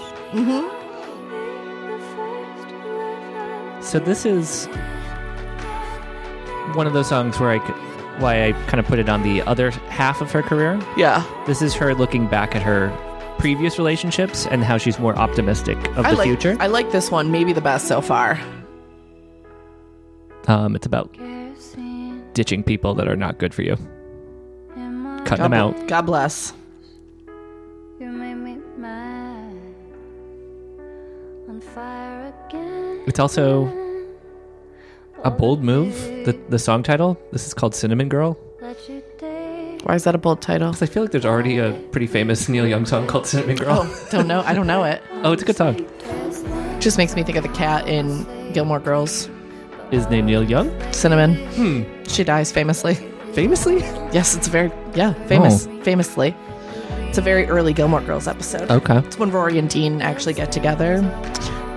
So this is one of those songs where I, c- why I kind of put it on the other half of her career. Yeah, This is her looking back at her previous relationships and how she's more optimistic of I the like future. I like this one, maybe the best so far. um, it's about kerosene ditching people that are not good for you, in my cutting them out. God bless. You made me mad. On fire again. It's also a bold move. The the song title. This is called Cinnamon Girl. Let you take Why is that a bold title? 'Cause I feel like there's already a pretty famous Neil Young song called Cinnamon Girl. Oh, don't know. I don't know it. Oh, it's a good song. Just makes me think of the cat in Gilmore Girls. is named Neil Young, Cinnamon. Hmm. She dies famously. famously. Yes, it's a very yeah famous Oh. famously. It's a very early Gilmore Girls episode. Okay. It's when Rory and Dean actually get together.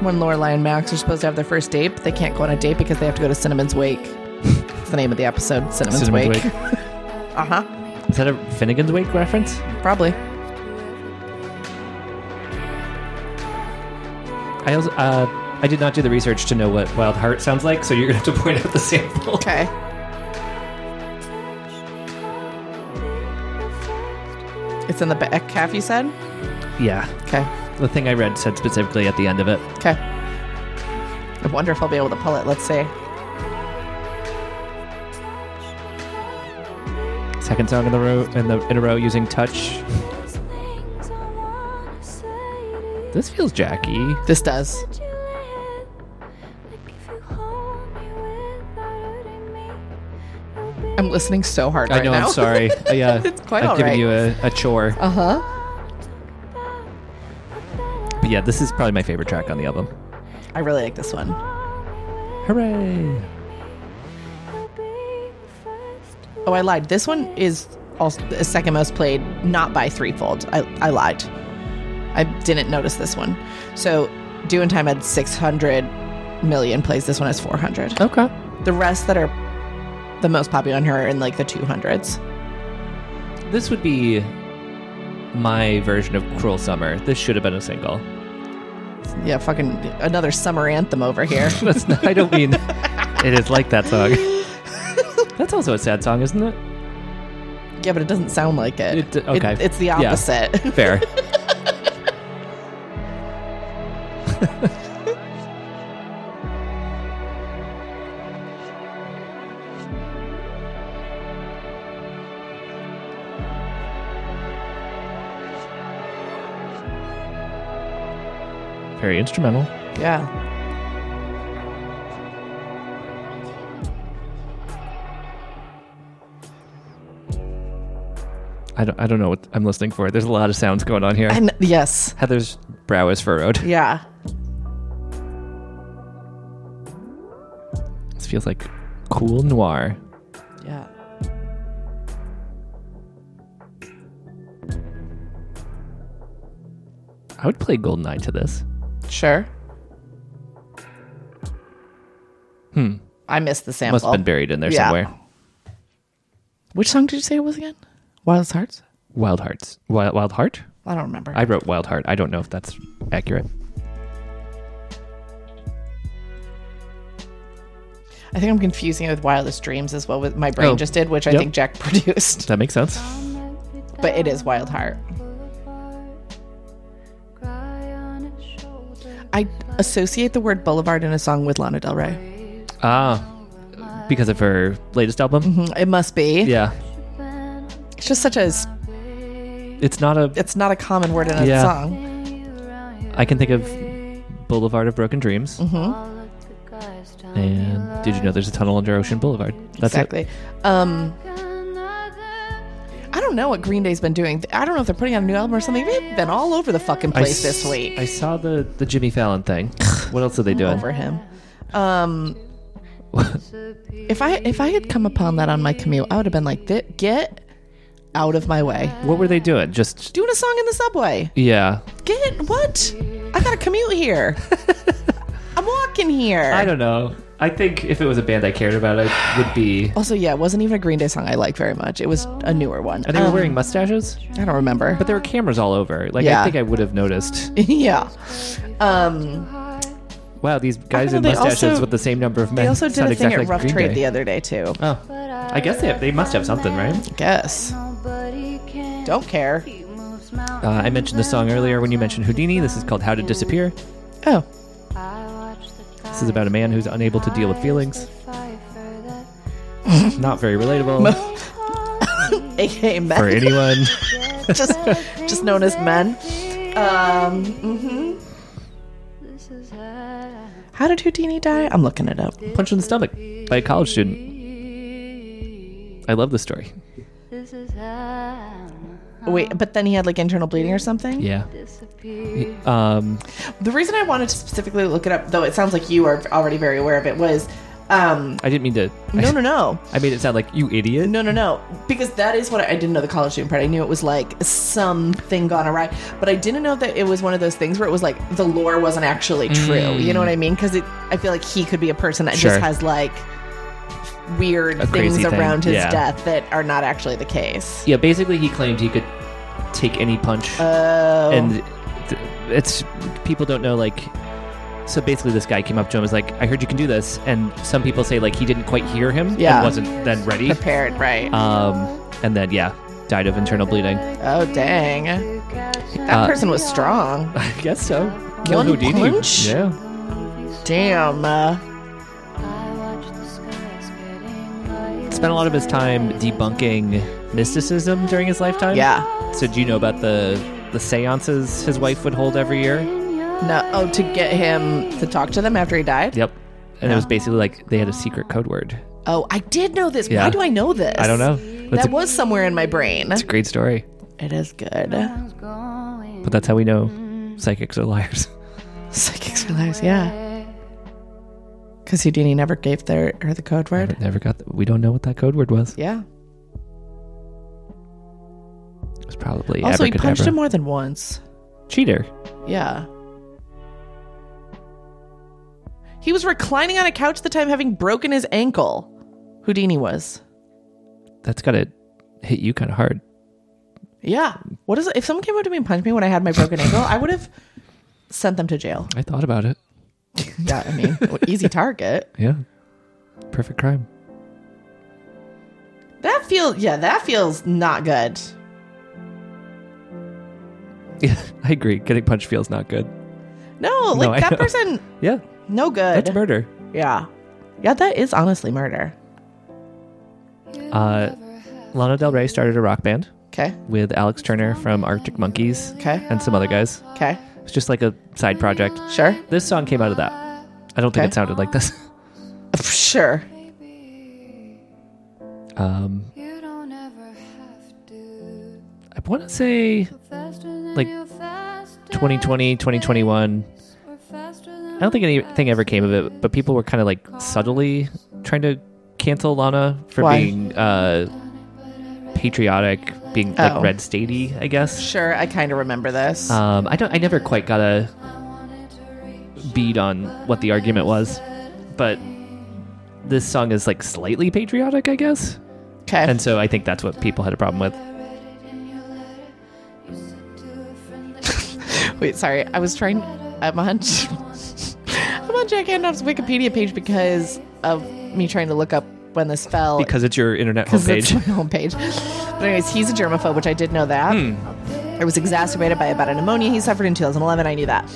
When Lorelai and Max are supposed to have their first date, but they can't go on a date because they have to go to Cinnamon's Wake. That's the name of the episode, Cinnamon's, Cinnamon Wake. Wake. Uh huh. Is that a Finnegan's Wake reference? Probably. I also uh, I did not do the research to know what Wild Heart sounds like, so you're gonna have to point out the sample. Okay. It's in the back half, you said? Yeah, Okay. the thing I read said specifically at the end of it. Okay. I wonder if I'll be able to pull it. Let's see. Second song in the row in the in a row using touch. Things I wanna say to you. This feels Jackie. This does. Let you live. Like if you hold me without hurting me, you'll be I'm listening so hard I know. I'm sorry. I, uh, It's quite I've all given right. you a, a chore. Uh huh. But yeah, this is probably my favorite track on the album. I really like this one. Hooray! the first Oh, I lied. This one is also the second most played, not by threefold. I, I lied. I didn't notice this one. So, Do in Time had 600 million plays. This one has 400. Okay. The rest that are the most popular on her are in like the 200s. This would be my version of "Cruel Summer." This should have been a single. Yeah, fucking another summer anthem over here. That's not, I don't mean it is like that song. That's also a sad song, isn't it? yeah, but it doesn't sound like it. It- okay. it's the Yeah. opposite. Fair. Very instrumental. yeah. I don't, I don't know what I'm listening for. There's a lot of sounds going on here. And yes. Heather's brow is furrowed. Yeah. This feels like cool noir. Yeah. I would play Goldeneye to this. Sure. Hmm. I missed the sample. Must have Hmm. been buried in there Yeah. somewhere. Which song did you say it was again? Wild Hearts? Wild Hearts. Wild, Wild Heart? I don't remember. I wrote Wild Heart. I don't know if that's accurate. I think I'm confusing it with Wildest Dreams is what my brain Oh. just did, which I Yep. think Jack produced. That makes sense. But it is Wild Heart. boulevard. Cry on its shoulder. I associate the word boulevard in a song with Lana Del Rey. Ah, because of her latest album. Mm, It must be. Yeah, Then It's just such a. s- it's not a. It's not a common word in a Yeah. song. I can think of Boulevard of Broken Dreams, Hmm? Mm-hmm. all of the guys down and Did you know there's a tunnel under Ocean Boulevard? That's it. exactly. Um, another I don't know what Green Day's been doing. I don't know if they're putting out a new album or something. They've been all over the fucking I place s- this week. I saw the the Jimmy Fallon thing. what else are they doing? over him. Um, if I if I had come upon that on my commute, I would have been like, "Thi- "Get out of my way!" What were they doing? Just Doing a song in the subway. yeah. Get what? I got a commute here. I'm walking here. I don't know. I think if it was a band I cared about, it would be. also, yeah, it wasn't even a Green Day song I liked very much. It was a newer one. And they were Um, wearing mustaches, I don't remember. but there were cameras all over. Like I Yeah. think I would have noticed. yeah. Um, Wow, these guys know, in they mustaches also- with the same number of men. they also did a sound thing exactly at like Rough Green Trade Day. the other day too. Oh, I guess they have, they must have something, right? Guess. nobody can Don't care. He moves mountains. Uh, I mentioned the song earlier when you mentioned Houdini. This is called "How to Disappear." Oh, I watch the This is about a man who's unable to deal with feelings. Not very relatable aka men. for anyone. just just known as men. Um, mhm. This is how How did Houdini die? I'm looking it up. Punched in the stomach by a college student. I love this story. this is how Wait, but then he had like internal bleeding or something. Yeah. disappear. Um, The reason I wanted to specifically look it up, though, it sounds like you are already very aware of it, was Um, I didn't mean to. no, no, no. I made it sound like you idiot. No, no, no. Because that is what I, I didn't know the college student part. I knew it was like something gone awry, but I didn't know that it was one of those things where it was like the lore wasn't actually true. You know what I mean? Because it, I feel like he could be a person that Mm. Sure. just has like weird A things crazy thing, around his yeah. death that are not actually the case. Yeah, basically, he claimed he could take any punch, Oh, and th- it's people don't know like. So basically, this guy came up to him and was like, "I heard you can do this," and some people say like he didn't quite hear him Yeah. and wasn't then ready, prepared, right? um, and then yeah, died of internal bleeding. oh, dang. That uh, person was strong. I guess so. One punch? Yeah. Damn. Uh, Spent a lot of his time debunking mysticism during his lifetime. yeah. So do you know about the the séances his wife would hold every year? No. Oh, to get him to talk to them after he died. Yep. And it was basically like they had a secret code word. Oh, I did know this. Yeah. Why do I know this? I don't know. That's that a, was somewhere in my brain. it's a great story. It is Uh, good. But that's how we know psychics are liars. Psychics are liars, yeah. Because Houdini never gave their her the code word. Never got. The, we don't know what that code word was. Yeah. It was probably Also, he punched abracadabra. him more than once. Cheater. Yeah. He was reclining on a couch at the time, having broken his ankle. Houdini was. That's gotta hit you kind of hard. Yeah. What is it? If someone came up to me and punched me when I had my broken ankle, I would have sent them to jail. I thought about it. Yeah, I mean, easy target. Yeah. Perfect crime. That feels yeah, that feels not good. Yeah, I agree. Getting punched feels not good. No, like I that know. person Yeah, no good. that's murder. yeah. Yeah, that is honestly murder. Uh, Lana Del Rey started a rock band Okay. with Alex Turner from Arctic Monkeys Okay. and some other guys. Okay. It's just like a side project. Sure. This song came out of that. I don't think Okay. it sounded like this. Sure. Um, You don't ever have to. I want to say Like, Like 2020, 2021. I don't think anything ever came of it, but people were kind of like subtly trying to cancel Lana for Why? being uh, patriotic, being like Oh. red statey, I guess. Sure. I kind of remember this. Um, I don't. I never quite got a bead on what the argument was, but this song is like slightly patriotic, I guess, okay. and so I think that's what people had a problem with. Wait, sorry. I was trying I'm on I'm on Jack Andoff's Wikipedia page because of me trying to look up when this fell. Because it's your internet 'Cause it's homepage. my homepage. But anyways, he's a germaphobe, which I did know that. Hmm. It was exacerbated by about a pneumonia he suffered in 2011. I knew that.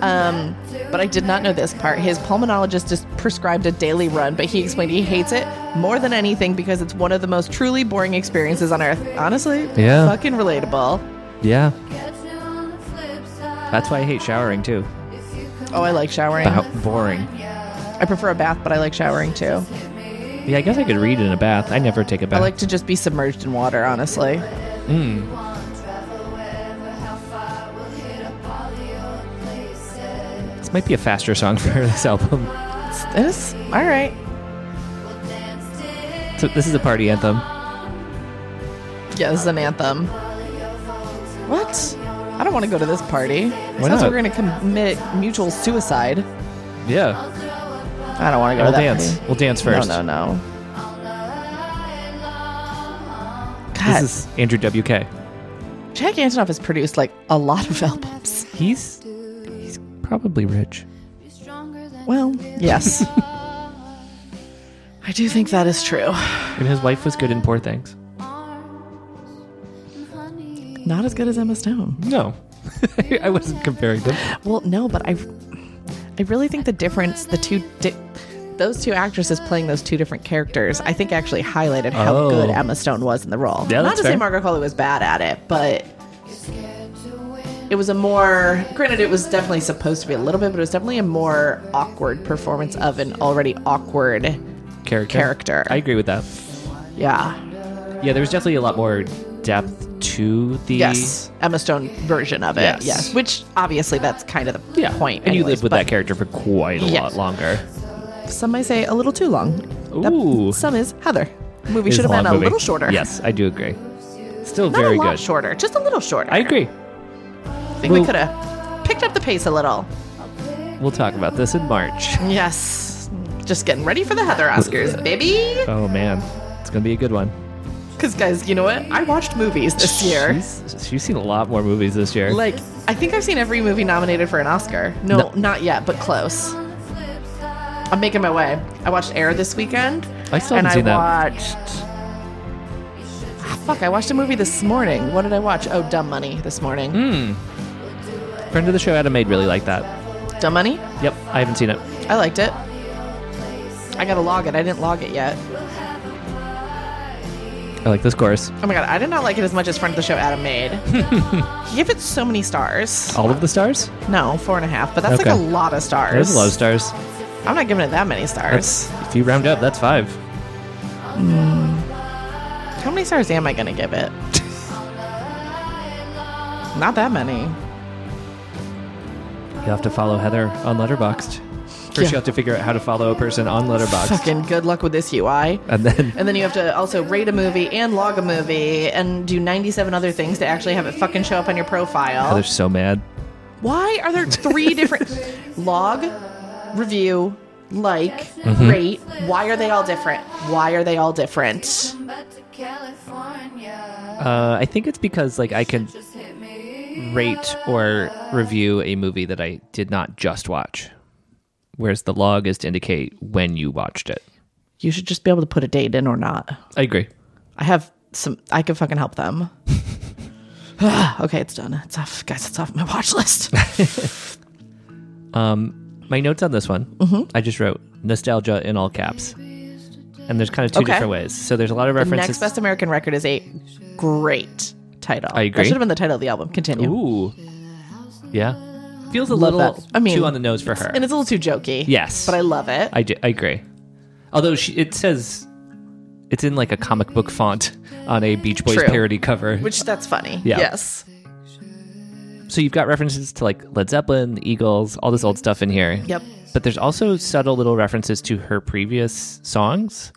Um, but I did not know this part. His pulmonologist just prescribed a daily run, but he explained he hates it more than anything because it's one of the most truly boring experiences on earth. Honestly, Yeah. fucking relatable. Yeah, that's why I hate showering too. Oh, I like showering. Bo- boring. I prefer a bath, but I like showering too. Yeah, I guess I could read in a bath. I never take a I bath. like to just be submerged in water, honestly. this might be a faster song for this album. This? All right. So this is a party anthem. Yeah, this is an anthem. What? I don't want to go to this party. Why not? We're going to commit mutual suicide. Yeah, I don't want to go we'll to that dance. party. We'll dance first. No, no, no. God, This is Andrew WK. Jack Antonoff has produced like a lot of albums. He's he's probably rich. Well, yes. I do think that is true. And his wife was good in Poor Things. Not as good as Emma Stone. No. I wasn't comparing them. Well, no, but I, I really think the difference the two, di- those two actresses playing those two different characters, I think actually highlighted how Oh. good Emma Stone was in the role. Yeah, Not that's to say fair. Margaret Qualley was bad at it, but it was a more. Granted, it was definitely supposed to be a little bit, but it was definitely a more awkward performance of an already awkward. Character. Character. I agree with that. Yeah. Yeah, there was definitely a lot more depth to the. Yes. Emma Stone version of it. Yes. Yes. Which obviously that's kind of the Yeah. point. And you anyways, lived with but- that character for quite a Yeah. lot longer. Some may say a little too long. That- Ooh. some is Heather. Movie It is should have long been a movie. little shorter. Yes, I do agree. Still Not very a lot good. shorter, just a little shorter. I agree. I think we well- could have picked up the pace a little. We'll talk about this in March. Yes. Just getting ready for the Heather Oscars, baby. Oh man, it's gonna be a good one. Because, guys, you know what? I watched movies this year. She's, she's seen a lot more movies this year. Like, I think I've seen every movie nominated for an Oscar. No, No. not yet, but close. I'm making my way. I watched Air this weekend. I still and haven't seen I that. watched. Ah, fuck, I watched a movie this morning. What did I watch? Oh, Dumb Money this morning. Friend of the show, Adam Maid really liked that. Dumb Money? Yep, I haven't seen it. I liked it. I gotta log it. I didn't log it yet. I like this chorus. Oh my god, I did not like it as much as friend of the show Adam made. he gave it so many stars. All of the stars? No, four and a half, but that's Okay. like a lot of stars. There's a lot of stars. I'm not giving it that many stars. That's if you round up, that's five. How many stars am I gonna give it? not that many. You'll have to follow Heather on Letterboxd. First, Yeah. you have to figure out how to follow a person on Letterboxd, Fucking good luck with this UI. and then And then you have to also rate a movie and log a movie and do 97 other things to actually have it fucking show up on your profile. Heather's so mad. Why are there three different log, review, like, Mm-hmm. rate? Why are they all different? Why are they all different? Uh, I think it's because like I can rate or review a movie that I did not just watch, whereas the log is to indicate when you watched it. You should just be able to put a date in or not. I agree. I have some. I can fucking help them. okay, it's done. It's off, guys. It's off my watch list. My notes on this one, Mm-hmm. I just wrote nostalgia in all caps, and there's kind of two Okay. different ways. So there's a lot of references. Next best American record is a great title. I agree. That should have been the title of the album. Continue. Ooh, yeah, feels a Love little that. I mean, too on the nose for her. And it's a little too jokey. Yes. but I love it. I, do, I agree. Although she, it says it's in like a comic book font on a Beach Boys True. parody cover. which that's funny. Yeah. Yes. so you've got references to like Led Zeppelin, the Eagles, all this old stuff in here. Yep. But there's also subtle little references to her previous songs.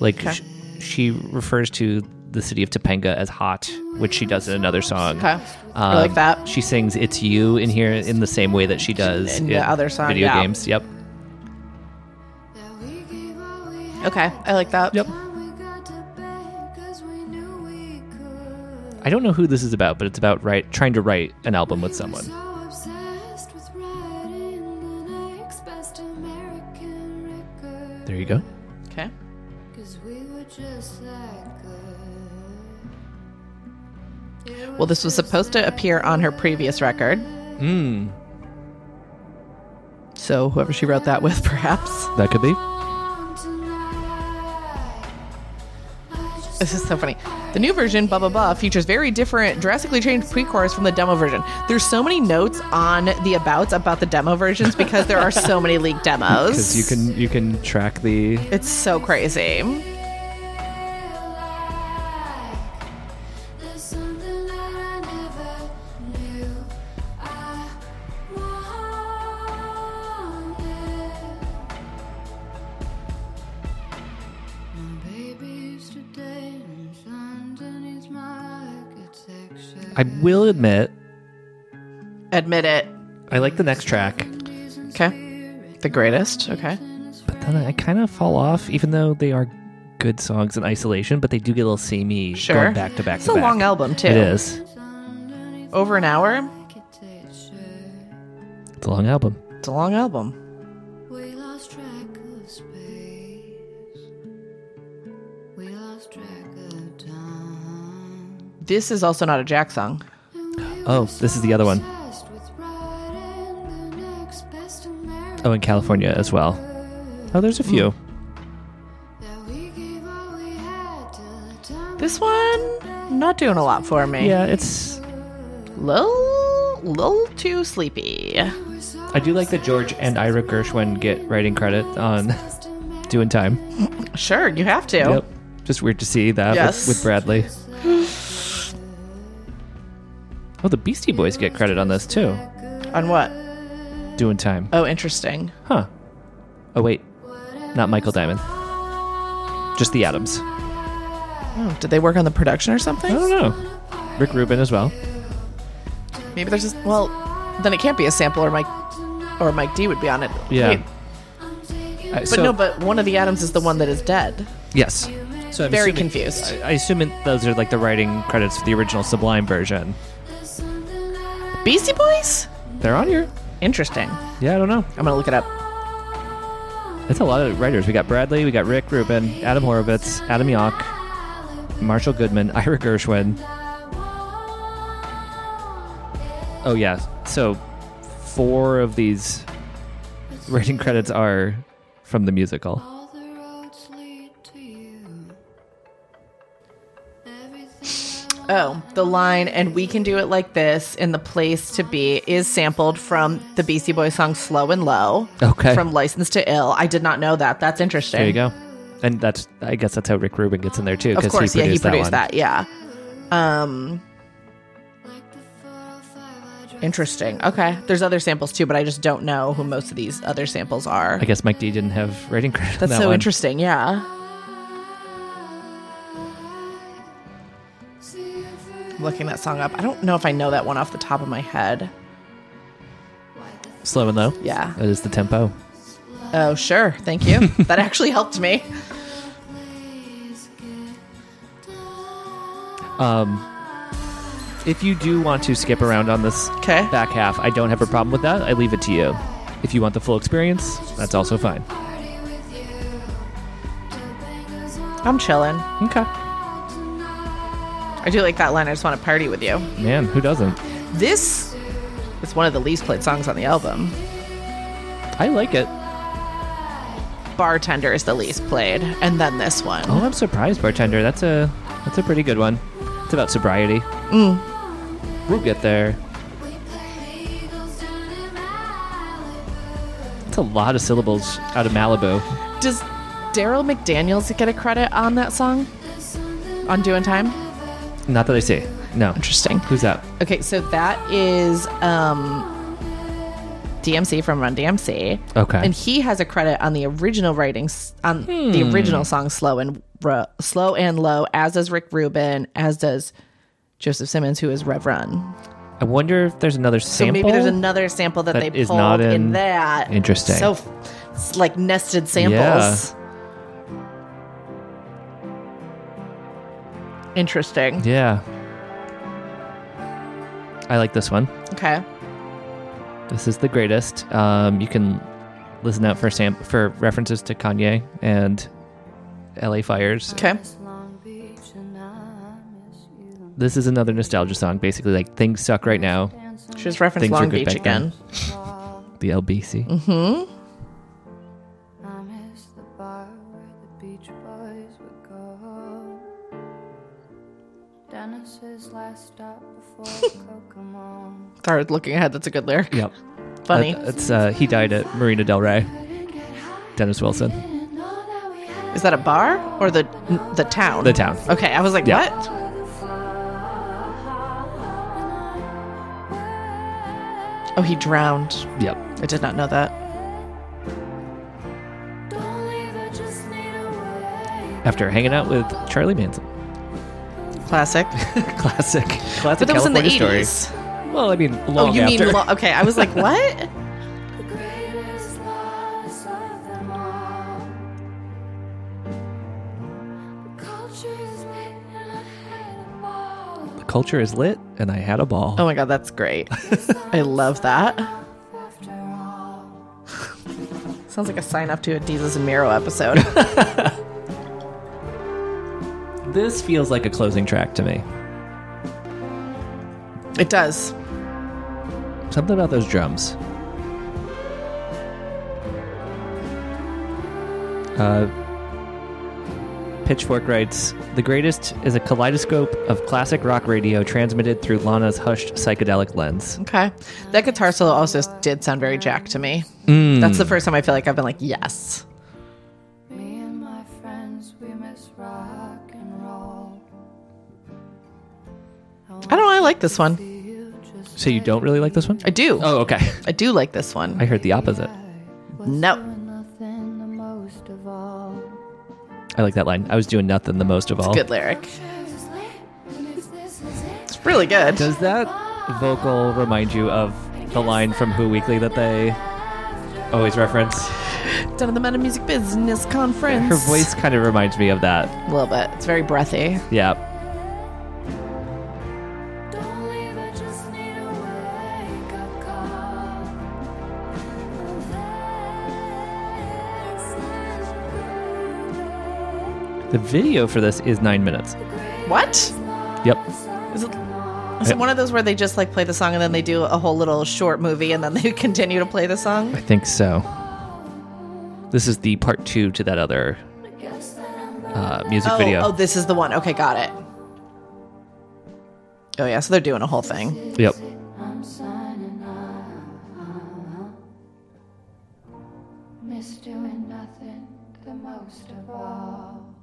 Like Okay. sh- she refers to the city of Topanga as hot, which she does in another song. Okay. I Um, like that. She sings "It's You" in here in the same way that she does In the other song, Video yeah. games. Yep. Okay, I like that. Yep. I don't know who this is about, but it's about right trying to write an album with someone. There you go. Okay. Well, this was supposed to appear on her previous record. Mm, So whoever she wrote that with, perhaps. that could be. This is so funny. The new version, blah blah blah, features very different, drastically changed pre-chorus from the demo version. There's so many notes on the abouts about the demo versions because there are so many leaked demos. Because you can you can track the It's so crazy. I will admit, Admit it. I like the next track, Okay. The greatest. Okay. but then I kind of fall off, even though they are good songs in isolation, but they do get a little samey Sure. going back to back It's to a back. long album too. It is. Over an hour. It's a long album. It's a long album. We lost track of space. We lost track of time. This is also not a Jack song. Oh, this is the other one. Obsessed with writing the next best America Oh, in California as well. Oh, there's a few. that we gave all we had till the time This one not doing a lot for me. Yeah, it's. Little little too sleepy. I do like that George and Ira Gershwin get writing credit on Doing Time. Sure, you have to. Yep. Just weird to see that with- Yes. with, Bradley. oh, the Beastie Boys get credit on this too. On what? Doing time. Oh, interesting. Huh. Oh, wait. not Michael Diamond. Just the Adams. Oh, did they work on the production or something? I don't know. Rick Rubin as well. Maybe there's just well, then it can't be a sample or Mike or Mike D would be on it. Yeah. Wait, Uh, but no, but one of the Adams is the one that is dead. yes. So I'm Very assuming- confused. I, I assume it- those are like the writing credits for the original Sublime version. Beastie Boys? They're on here. Interesting. Yeah, I don't know. I'm gonna look it up. That's a lot of writers. We got Bradley, we got Rick Rubin, Adam Horowitz, Adam Yauch, Marshall Goodman, Ira Gershwin. Oh yeah, so four of these writing credits are from the musical. All the roads lead to you. Everything I Oh, the line "and we can do it like this" in the place to be is sampled from the Beastie Boys song "Slow and Low." Okay. From "License to Ill." I did not know that. That's interesting. There you go. And that's I guess that's how Rick Rubin gets in there too Of because course, he yeah, he produced produced that, that. Yeah. Um, like the 405 I drive. interesting. Okay, there's other samples too, but I just don't know who most of these other samples are. one. I guess Mike D didn't have writing credit. on That's that so one. interesting. Yeah. See you through. Looking that song up, I don't know if I know that one off the top of my head. Slow and low. Yeah. That is the tempo. Oh, sure. Thank you. that actually helped me. Please get down. Um, if you do want to skip around on this 'Kay. back half, I don't have a problem with that. I leave it to you. If you want the full experience, that's also fine. Party with you. Two bangers on I'm chilling. Okay. I do like that line. I just want to party with you. Man, who doesn't? This is one of the least played songs on the album. I like it. Bartender is the least played, and then this one. Oh, I'm surprised, bartender. That's a that's a pretty good one. It's about sobriety. Mm. We'll get there. eagles down in Malibu. It's a lot of syllables out of Malibu. Does Daryl McDaniels get a credit on that song? On Doing Time? Not that I see. No. Interesting. Who's that? Okay, so that is um, DMC from Run DMC. Okay. And he has a credit on the original writing, s- on the original song Slow and Ro- Slow and Low, as does Rick Rubin, as does Joseph Simmons, who is Rev Run. I wonder if there's another So sample. maybe there's another sample that, that they is pulled not in, in- that. Interesting. So f- it's like nested samples. Interesting. yeah. I like this one. Okay. This is the greatest. Um, you can listen out for sam- for references to Kanye and LA Fires. Okay. Miss Long Beach and I miss you. This is another nostalgia song, basically like things suck right now. Dancing She just referenced Things were Long good Beach back then. again. Mm-hmm. wall. The LBC. I miss the bar where the beach boys would go. Dennis's last stop before Kokomo. Started looking ahead. That's a good lyric. Yep. Funny. That- that's uh, he died at Marina Del Rey. Dennis Wilson. Didn't know that we had Is that a bar or the the town? The town. Okay, I was like, Yeah. what? Oh, he drowned. Yep. I did not know that. Don't leave, I just need a way. After hanging out with Charlie Manson. Classic. Classic. Classic But that was in the California story. 80s. Well, I mean, long Oh, you after. mean lo- okay? I was like, what? The greatest loss of them all. The culture is lit and I had a ball. the culture is lit, and I had a ball. Oh my god, that's great. I love that. After all, Sounds like a sign up to a Jesus and Miro episode. This feels like a closing track to me. it does. Something about those drums. Uh, Pitchfork writes The greatest is a kaleidoscope of classic rock radio transmitted through Lana's hushed psychedelic lens. Okay. That guitar solo also did sound very Jack to me. Hmm. That's the first time I feel like I've been like, yes. Me and my friends, we miss rock and roll. I don't know. I like this one. So you don't really like this one? I do. Oh, okay. I do like this one. I heard the opposite. Was No. doing nothing the most of I like that line. I was doing nothing the most of all. Good lyric. And if this is it, It's really good. Does that vocal remind you of the line from Who Weekly that they always reference? Done at the Meta Music Business Conference. Her voice kind of reminds me of that. A little bit. It's very breathy. Yeah. don't leave, I just need a wake up call. Oh, this is the The video for this is nine minutes. greatest What? Yep. Is it, is it one of those where they just like play the song and then they do a whole little short movie and then they continue to play the song? I think so. This is the part two to that other Guess that I'm uh, music Oh, video. oh, this is the one. Okay, got it. Oh yeah, so they're doing a whole thing. Yep. I'm signing up. Miss doing nothing the most of all.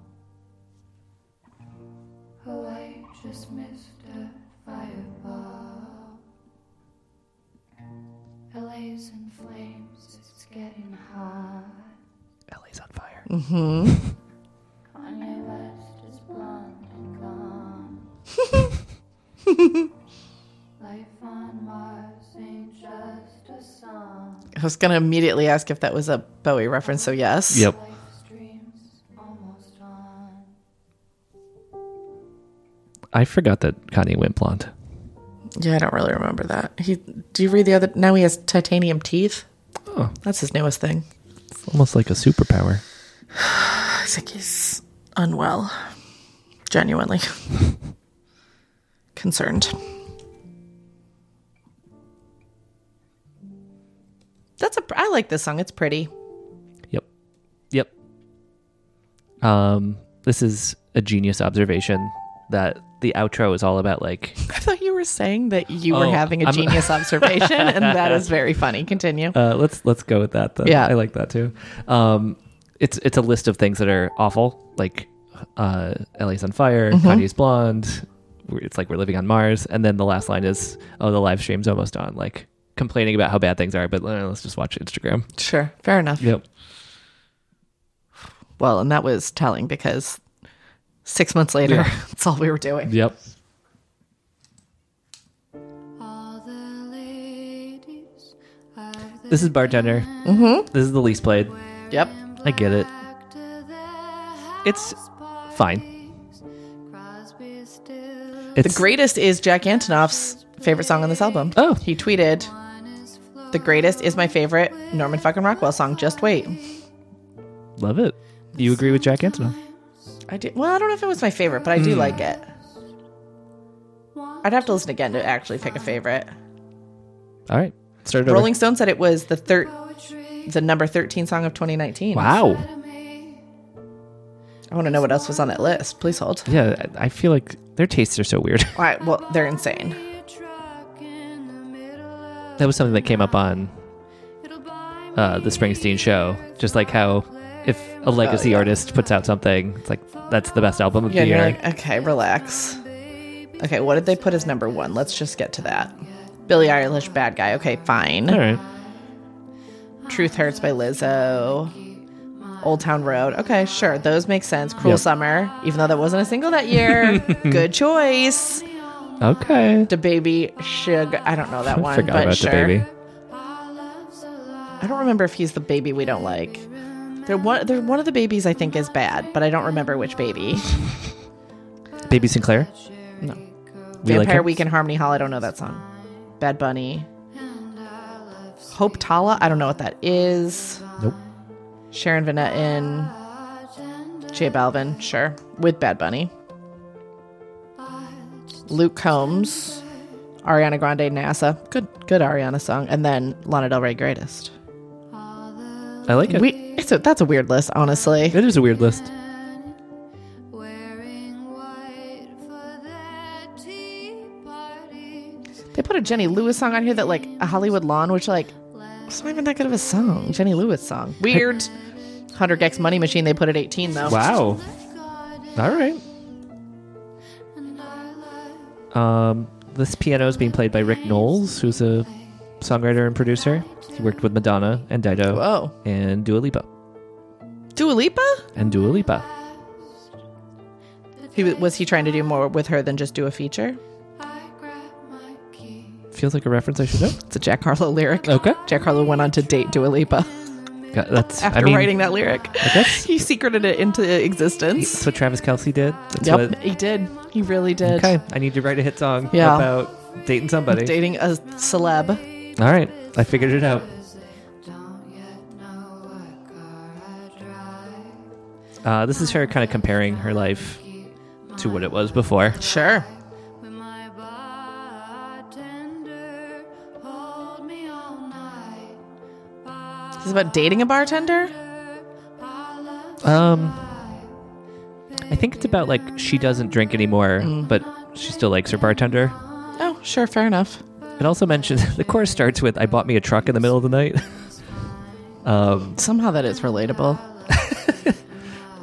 Oh, I just missed a fireball. LA's in flames, it's getting hot. LA's on fire. Kanye West is blonde and gone. Life on Mars ain't just a song. I was gonna immediately ask if that was a Bowie reference, so yes. Yep. Life's dreams almost on. I forgot that Kanye went blonde. Yeah, I don't really remember that. He do you read the other now he has titanium teeth? Oh. That's his newest thing. It's almost like a superpower. I think he's unwell. Genuinely. Concerned. That's a I like this song. It's pretty. Yep. Yep. Um, this is a genius observation that the outro is all about like I thought you were saying that you were Oh, having a I'm- genius observation, and that is very funny. Continue. uh, let's let's go with that. Then. Yeah. I like that too. Um, it's it's a list of things that are awful, like uh, LA's on fire, Mm-hmm. Kanye's blonde. we're- It's like we're living on Mars, and then the last line is, "Oh, the live stream's almost on." Like complaining about how bad things are, but uh, let's just watch Instagram. sure, fair enough. Yep. Well, and that was telling because six months later, that's all we were doing. Yep. All the ladies of the This is bartender. Mm-hmm. This is the least played. Yep. I get it. back to their It's house fine. parties. Crosby still It's The greatest is Jack Antonoff's favorite song on this album. Oh. he tweeted, on his floor. "The greatest is my favorite Norman fucking Rockwell song. Just wait." Love it. You agree with Jack Antonoff? I do. Well, I don't know if it was my favorite, but I Hmm. do like it. I'd have to listen again to actually pick a favorite. All right. Start it over. Rolling Stone said it was the third, the number thirteen song of 2019. Wow. I want to know what else was on that list. Please hold. Yeah, I I feel like their tastes are so weird. All right, well, they're insane. Truck in the middle of that was something that came up on it'll buy uh, the Springsteen show. Just like how if a legacy Uh, yeah. artist puts out something, it's like that's the best album of Yeah, the and you're year. like, okay, relax. Okay, what did they put as number one? Let's just get to that. Billie Eilish, Bad Guy. Okay, fine. All right. Truth Hurts by Lizzo. Old Town Road. Okay, sure. Those make sense. Cruel Yep. Summer, even though that wasn't a single that year. Good choice. Okay. The Baby Sugar. I don't know that one, Forgot but about sure. the baby. I don't remember if he's the baby we don't like. They're one, they're one of the babies I think is bad, but I don't remember which baby. Baby Sinclair? No. We like Vampire him? Week in Harmony Hall. I don't know that song. Bad Bunny. Hope Tala. I don't know what that is. Nope. Sharon Van Etten. J Balvin. Sure. With Bad Bunny. Luke Combs. Ariana Grande. NASA. Good, good Ariana song. And then Lana Del Rey. Greatest. I like it. We. It's a, that's a weird list, honestly. it is a weird list. wearing white for their tea parties. They put a Jenny Lewis song on here that like a Hollywood Lawn, which like it's not even that good of a song. Jenny Lewis song. Weird. Hunter Gex Money Machine. They put at 18 though. Wow. God, All right. and our life Um, this piano is being played by Rick Knowles, who's a songwriter and producer. He worked with Madonna and Dido Whoa. and Dua Lipa. Dua Lipa? And Dua Lipa. He wa- was he trying to do more with her than just do a feature? I grab my key. Feels like a reference I should know. It's a Jack Harlow lyric. Okay. Jack Harlow went on to date Dua Lipa Got- That's after I mean, writing that lyric. guess- he secreted it into existence. That's what Travis Kelsey did. That's Yep, what, he did. He really did. okay. I need to write a hit song Yeah. about dating somebody. Dating a celeb. All right. I figured it out. Don't yet know what car I drive. Uh, this is her kind of comparing her life to what it was before. Sure. With my bartender, hold me all night. This is about dating a bartender. Um, I think it's about like she doesn't drink anymore, Mm. but she still likes her bartender. Oh, sure. Fair enough. It also mentions the chorus starts with "I bought me a truck in the middle of the night." um, Somehow that is relatable.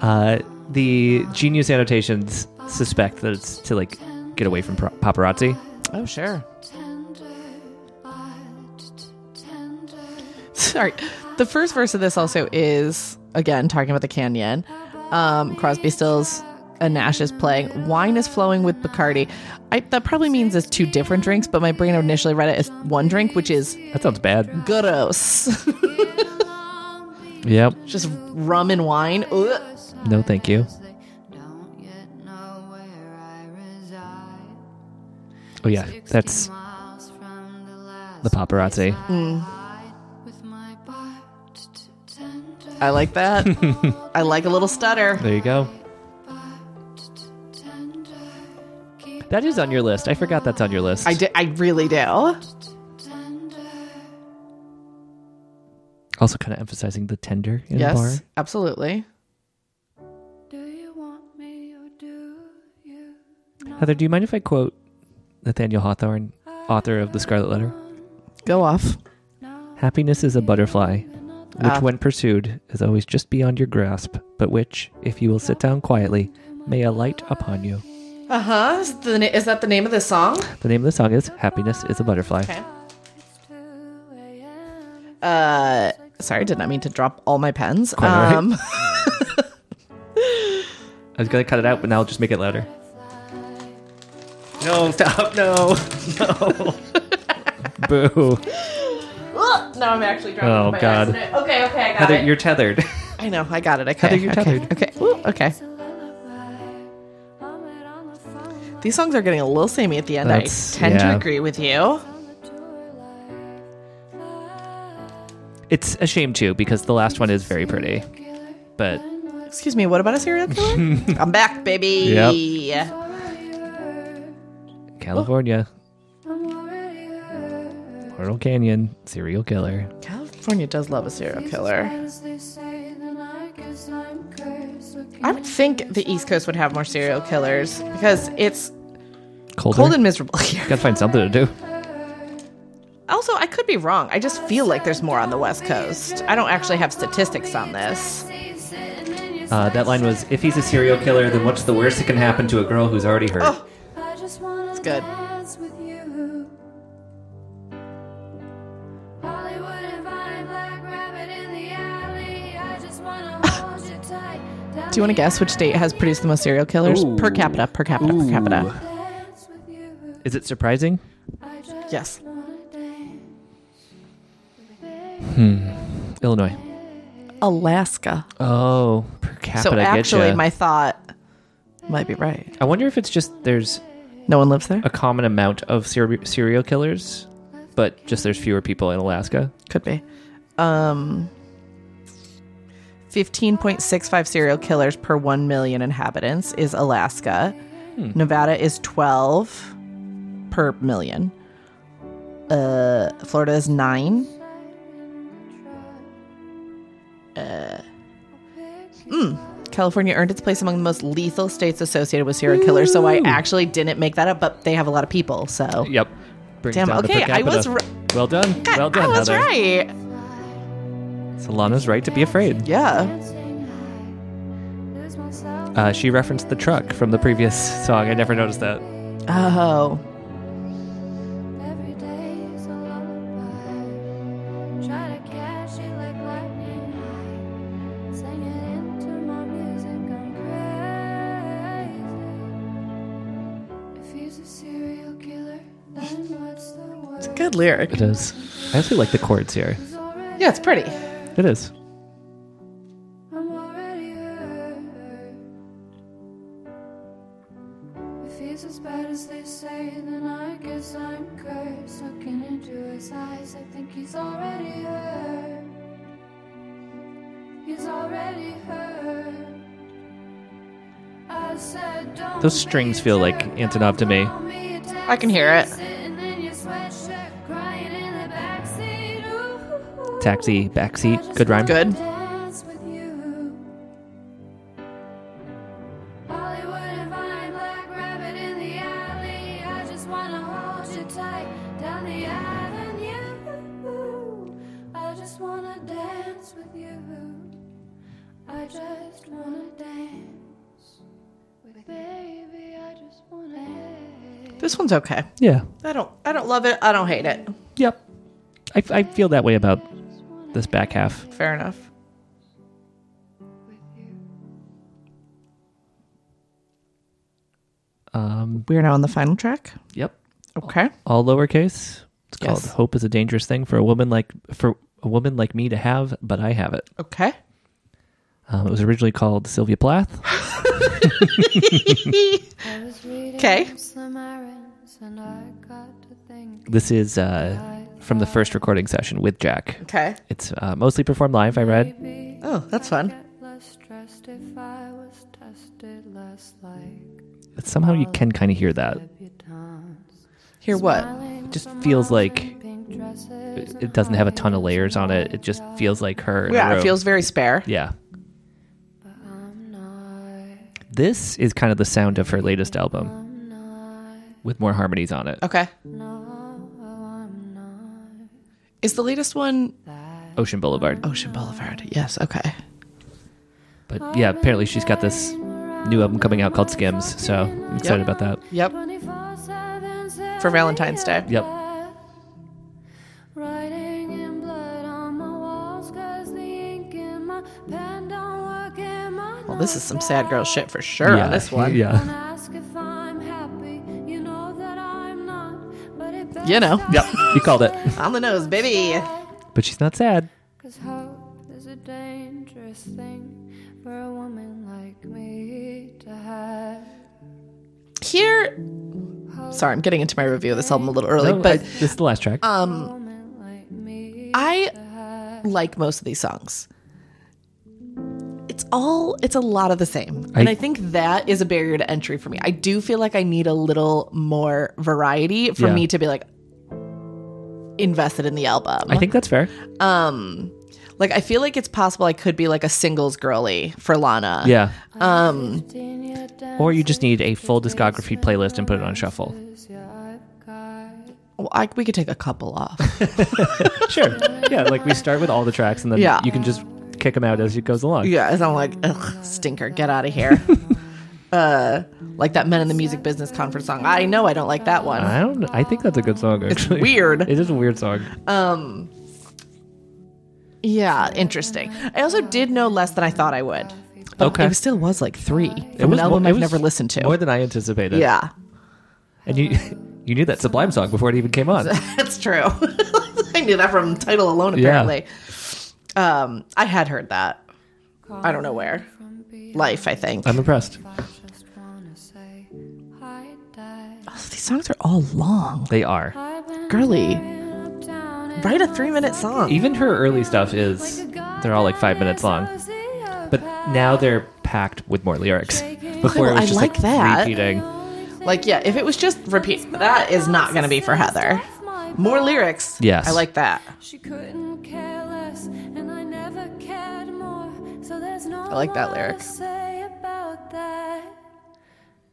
uh, the genius annotations suspect that it's to like get away from pro- paparazzi. Oh, sure. Tender, light, tender. Sorry. The first verse of this also is again talking about the canyon. Um, Crosby, Stills, and Nash is playing. Wine is flowing with Bacardi. I, that probably means it's two different drinks, but my brain initially read it as one drink, which is That sounds bad. Godos. Yep. Just rum and wine. Ugh. No, thank you. Don't yet know where I reside. Oh yeah, that's Miles from the last the paparazzi. with my bartender. I like that. I like a little stutter. There you go. Bartender, keep That is on your list. I forgot that's on your list. I, di- I really do. tender. Also, kind of emphasizing the tender in yes, the bar. absolutely. Do you want me or do you? Heather, do you mind if I quote Nathaniel Hawthorne, author of The Scarlet Letter? Go off. Happiness is a butterfly, which, Ah. when pursued, is always just beyond your grasp, but which, if you will sit down quietly, may alight upon you. Uh huh. Is, the na- is that the name of this song? The name of the song is Happiness is a Butterfly. Okay. It's 2 a.m. Uh, sorry, did not mean to drop all my pens. Quite all right. um, I was going to cut it out, but now I'll just make it louder. No, stop, no, no. Boo. Ugh, now I'm actually dropping Oh, my God. accident. Okay, okay, I got Heather, it. you're tethered. I know, I got it. Okay, Heather, you're okay, tethered. Okay, Ooh, okay. It's a lullaby. I'm out on the phone. These songs are getting a little samey at the end. That's- I tend yeah. to agree with you. On the tour light. Ah, It's a shame, too, because the last one is very pretty, killer. but Excuse me, what about a serial killer? I'm back, baby. Already hurt. California, I'm already hurt. Portal Canyon, serial killer. California does love a serial killer. As they say, then I guess I'm cursed. Looking I would think the East Coast would have more serial killers because it's Colder. cold and miserable here. Gotta find something to do. Also, I could be wrong. I just feel like there's more on the West Coast. I don't actually have statistics on this. Uh, that line was, if he's a serial killer, then what's the worst that can happen to a girl who's already hurt? Oh. I just wanna It's good. dance with you. Hollywood and Vine, Black Rabbit in the alley. I just wanna hold you tight. Do you want to guess which state has produced the most serial killers Ooh. per capita? Per capita? Per capita? Dance with you. Is it surprising? I just Yes. wanna dance. Illinois. Alaska. Oh, per capita. So actually, getcha. my thought might be right. I wonder if it's just there's No one lives there. a common amount of ser- serial killers, but just there's fewer people in Alaska. Could be. Um, fifteen point six five serial killers per one million inhabitants is Alaska. Hmm. Nevada is twelve per million. Uh, Florida is nine. Uh, hmm. California earned its place among the most lethal states associated with serial killers, so I actually didn't make that up, but they have a lot of people, so Yep. Brings Damn, down the okay, per I was capita. well done. well done, I was Heather. right. Solana's right to be afraid. Yeah. Dancing high. Lose myself. Uh, she referenced the truck from the previous song. I never noticed that. Oh. Every day is a lullaby. Try to catch it like lightning high. Sing it into my music, I'm crazy. It's a good lyric. It is. I actually like the chords here. Yeah, it's pretty. It is. I'm already hurt. If he's as bad as they say, then I guess I'm cursed. Looking into his eyes, I think he's already hurt. He's already hurt. I said, Don't Those strings feel like Antonov to me. I can hear it. Sitting in your sweatshirt, crying in the backseat. Ooh. Taxi, backseat, good rhyme. Good. Dance with you. Hollywood and Vine, Black Rabbit in the alley. I just wanna hold you tight down the avenue. I just wanna dance with you. I just wanna dance with baby. I just wanna dance. This one's okay. Yeah. I don't I don't love it. I don't hate it. Yep. I, I feel that way about this back half. Fair enough. Um, We are now on the final track. yep. Okay. All lowercase. It's called Yes. "Hope is a dangerous thing for a woman like for a woman like me to have, but I have it." Okay. Um, it was originally called Sylvia Plath. I was reading Okay. some errands and I got to think This is uh, from the first recording session with Jack. Okay. It's uh, mostly performed live. I read. maybe Oh, that's fun. get less stressed if I was tested less like Somehow you can kind of hear that. debutants. Hear what? It Uh, just feels like Pink dresses it doesn't have a ton of layers on it. It just feels like her. in a Yeah, it room. feels very spare. Yeah. I'm not, This is kind of the sound of her latest album I'm not, with more harmonies on it. Okay. no, I'm not Is the latest one that Ocean Boulevard. Ocean Boulevard? Yes. Okay. But yeah, apparently she's got this new album coming out called Skims, so I'm excited Yep. about that. Yep. 24/7 For Valentine's Day. Yep. Writing in blood on my walls 'cause the ink in my pen don't work in my Well, this is some sad girl shit for sure yeah, on this one. Don't Yeah. ask if I'm happy. You know that I'm not. But it best You know. I Yep. You called it. On the nose, baby. But she's not sad. Cause hope is a dangerous thing for a woman like me to have. Here. Sorry, I'm getting into my review of this album a little early, No, Oh, I- but this is the last track. A Mm. woman like me I to have. like most of these songs. It's all it's a lot of the same. I- and I think that is a barrier to entry for me. I do feel like I need a little more variety for Yeah. me to be like invested in the album. I think that's fair. um like I feel like it's possible I could be like a singles girly for Lana. Yeah. Um Fifteen year Or you just need a full discography playlist and put it on shuffle. dances, yeah, I've got well, I, we could take a couple off. Sure. Yeah, like we start with all the tracks and then Yeah. you can just kick them out as it goes along. yeah, and I'm like, ugh, stinker, get out of here. uh like that Men in the Music Business Conference song. I know I don't like that one. I don't I think that's a good song actually. weird. It is a weird song. Um Yeah, interesting. I also did know less than I thought I would. But Okay. It still was like three. From It was an album more- it I've was never listened to. More than I anticipated. yeah. And you you knew that Sublime song before it even came on. That's true. I knew that from title alone Yeah. apparently. Um I had heard that. I don't know where. Life, I think. I'm impressed. I just wanna say hi, Dad. Oh, These songs are all long. They are. I've been Girly, in uptown and write a three minute song. Even her early stuff is they're all like five minutes long. But now they're packed with more lyrics. Before it Well, was Oh, I just like like, that. repeating. Like, yeah, if it was just repeat that is not gonna be for Heather. More lyrics. Yes. I like that. She couldn't care less, and I never cared more. So there's no I like that more lyric. to say about that.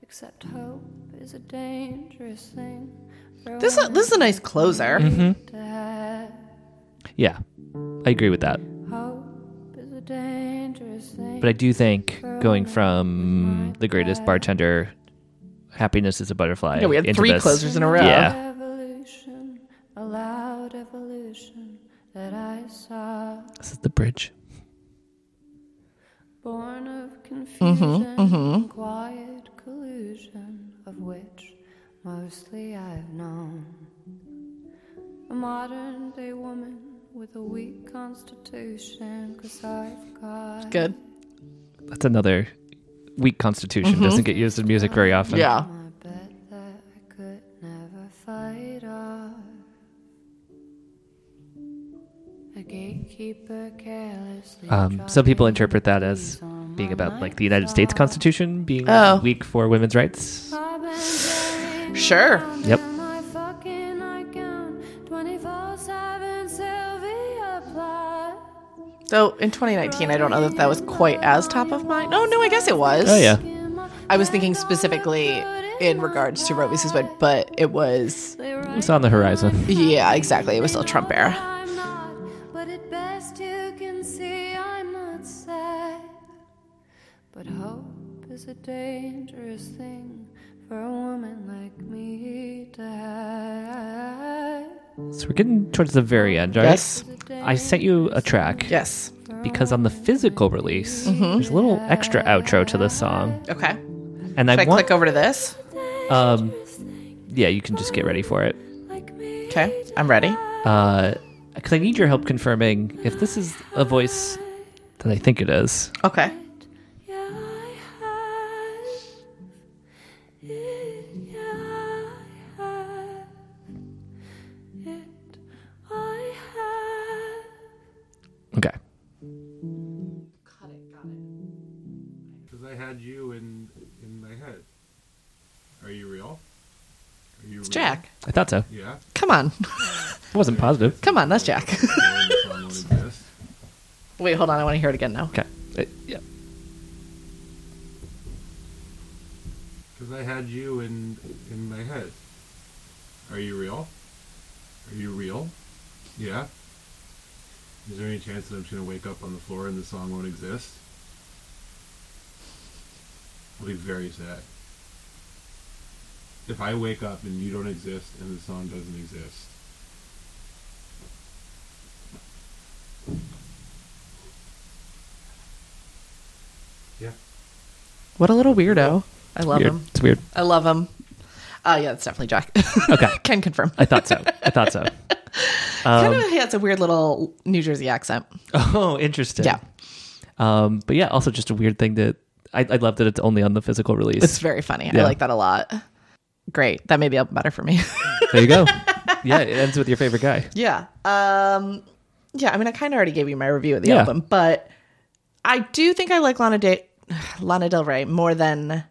Except hope is a dangerous thing. for This is, this is a nice closer. women to have. Yeah, I agree with that. Hope is a dangerous thing. But I do think going from the greatest bartender, happiness is a butterfly. Yeah, we had into three this- closers in a row. Yeah, Evolution, a loud evolution that I saw, this is the bridge. born of confusion, quiet collusion, of which mostly I've known. a modern day woman with a weak constitution. Cause I've got Good. That's another weak constitution. Doesn't get used in music very often. Mm-hmm. Yeah. my bet that I could never fight off. A gatekeeper carelessly. Um, some people interpret that as being about like the United States Constitution being Oh. weak for women's rights. Sure. Yep. My fucking icon, 24/7 Sylvia Plath. So in 2019, I don't know that that was quite as top of mind. Oh no, I guess it was. Oh yeah. I was thinking specifically in regards to Roe vs. Wade, but it was It's on the horizon. yeah, exactly. It was still Trump era. I'm not, but at best you can see I'm not sad. But hope is a dangerous thing for a woman like me to have. So we're getting towards the very end, right? Yes, I sent you a track yes. because on the physical release, there's a little extra outro to this song, Okay. and I Should I want click over to this? um, yeah, you can just get ready for it. Like me. Okay, I'm ready. because I need your help confirming if this is a voice that I think it is. Okay. Yeah, I have it. Yeah, I have it. I have. Okay. Because I had you in in my head. Are you real? Are you It's real? Jack. I thought so. Yeah. Come on. It wasn't positive. Come on, that's Jack. Or if someone exists. Wait, hold on. I want to hear it again now. Okay. Uh, yeah. 'Cause I had you in in my head. Are you real? Are you real? Yeah. Is there any chance that I'm just gonna wake up on the floor and the song won't exist? I'll be very sad. If I wake up and you don't exist and the song doesn't exist. Yeah. What a little weirdo. I love Weird. him. It's weird. I love him. Uh, yeah, it's definitely Jack. Okay. Can confirm. I thought so. I thought so. Um, kind of has a weird little New Jersey accent. Oh, interesting. Yeah. Um, but yeah, also just a weird thing that I, I love that it's only on the physical release. It's very funny. Yeah. I like that a lot. Great. That made the album better for me. there you go. Yeah, it ends with your favorite guy. yeah. Um, yeah. I mean, I kind of already gave you my review of the Yeah. album, but I do think I like Lana, De- Lana Del Rey more than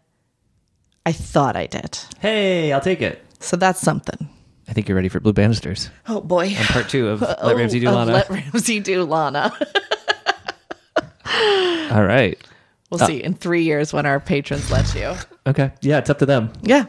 I thought I did. Hey, I'll take it. So that's something. I think you're ready for Blue Bannisters. Oh boy. Part two of Let Ramsey Do Oh, of Lana. Let Ramsey do Lana. All right. We'll see in three years when our patrons let you. Okay. Yeah, it's up to them. Yeah.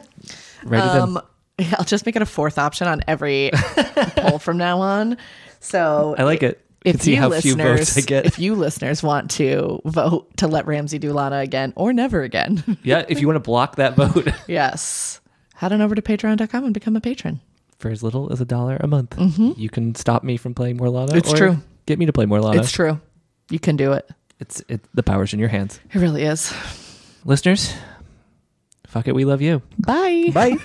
Right to them. Um, yeah, I'll just make it a fourth option on every poll from now on. So I like it. if Can see you how few listeners, votes I get. if you listeners want to vote to let Ramsey do Lana again or never again, yeah, if you want to block that vote. yes, head on over to Patreon.com and become a patron. Mm-hmm. for as little as a dollar a month. You can stop me from playing more Lana. Hmm? It's or true. Get me to play more Lana. It's true, you can do it. It's it, the power's in your hands, It really is. listeners. Fuck it, we love you. Bye. Bye.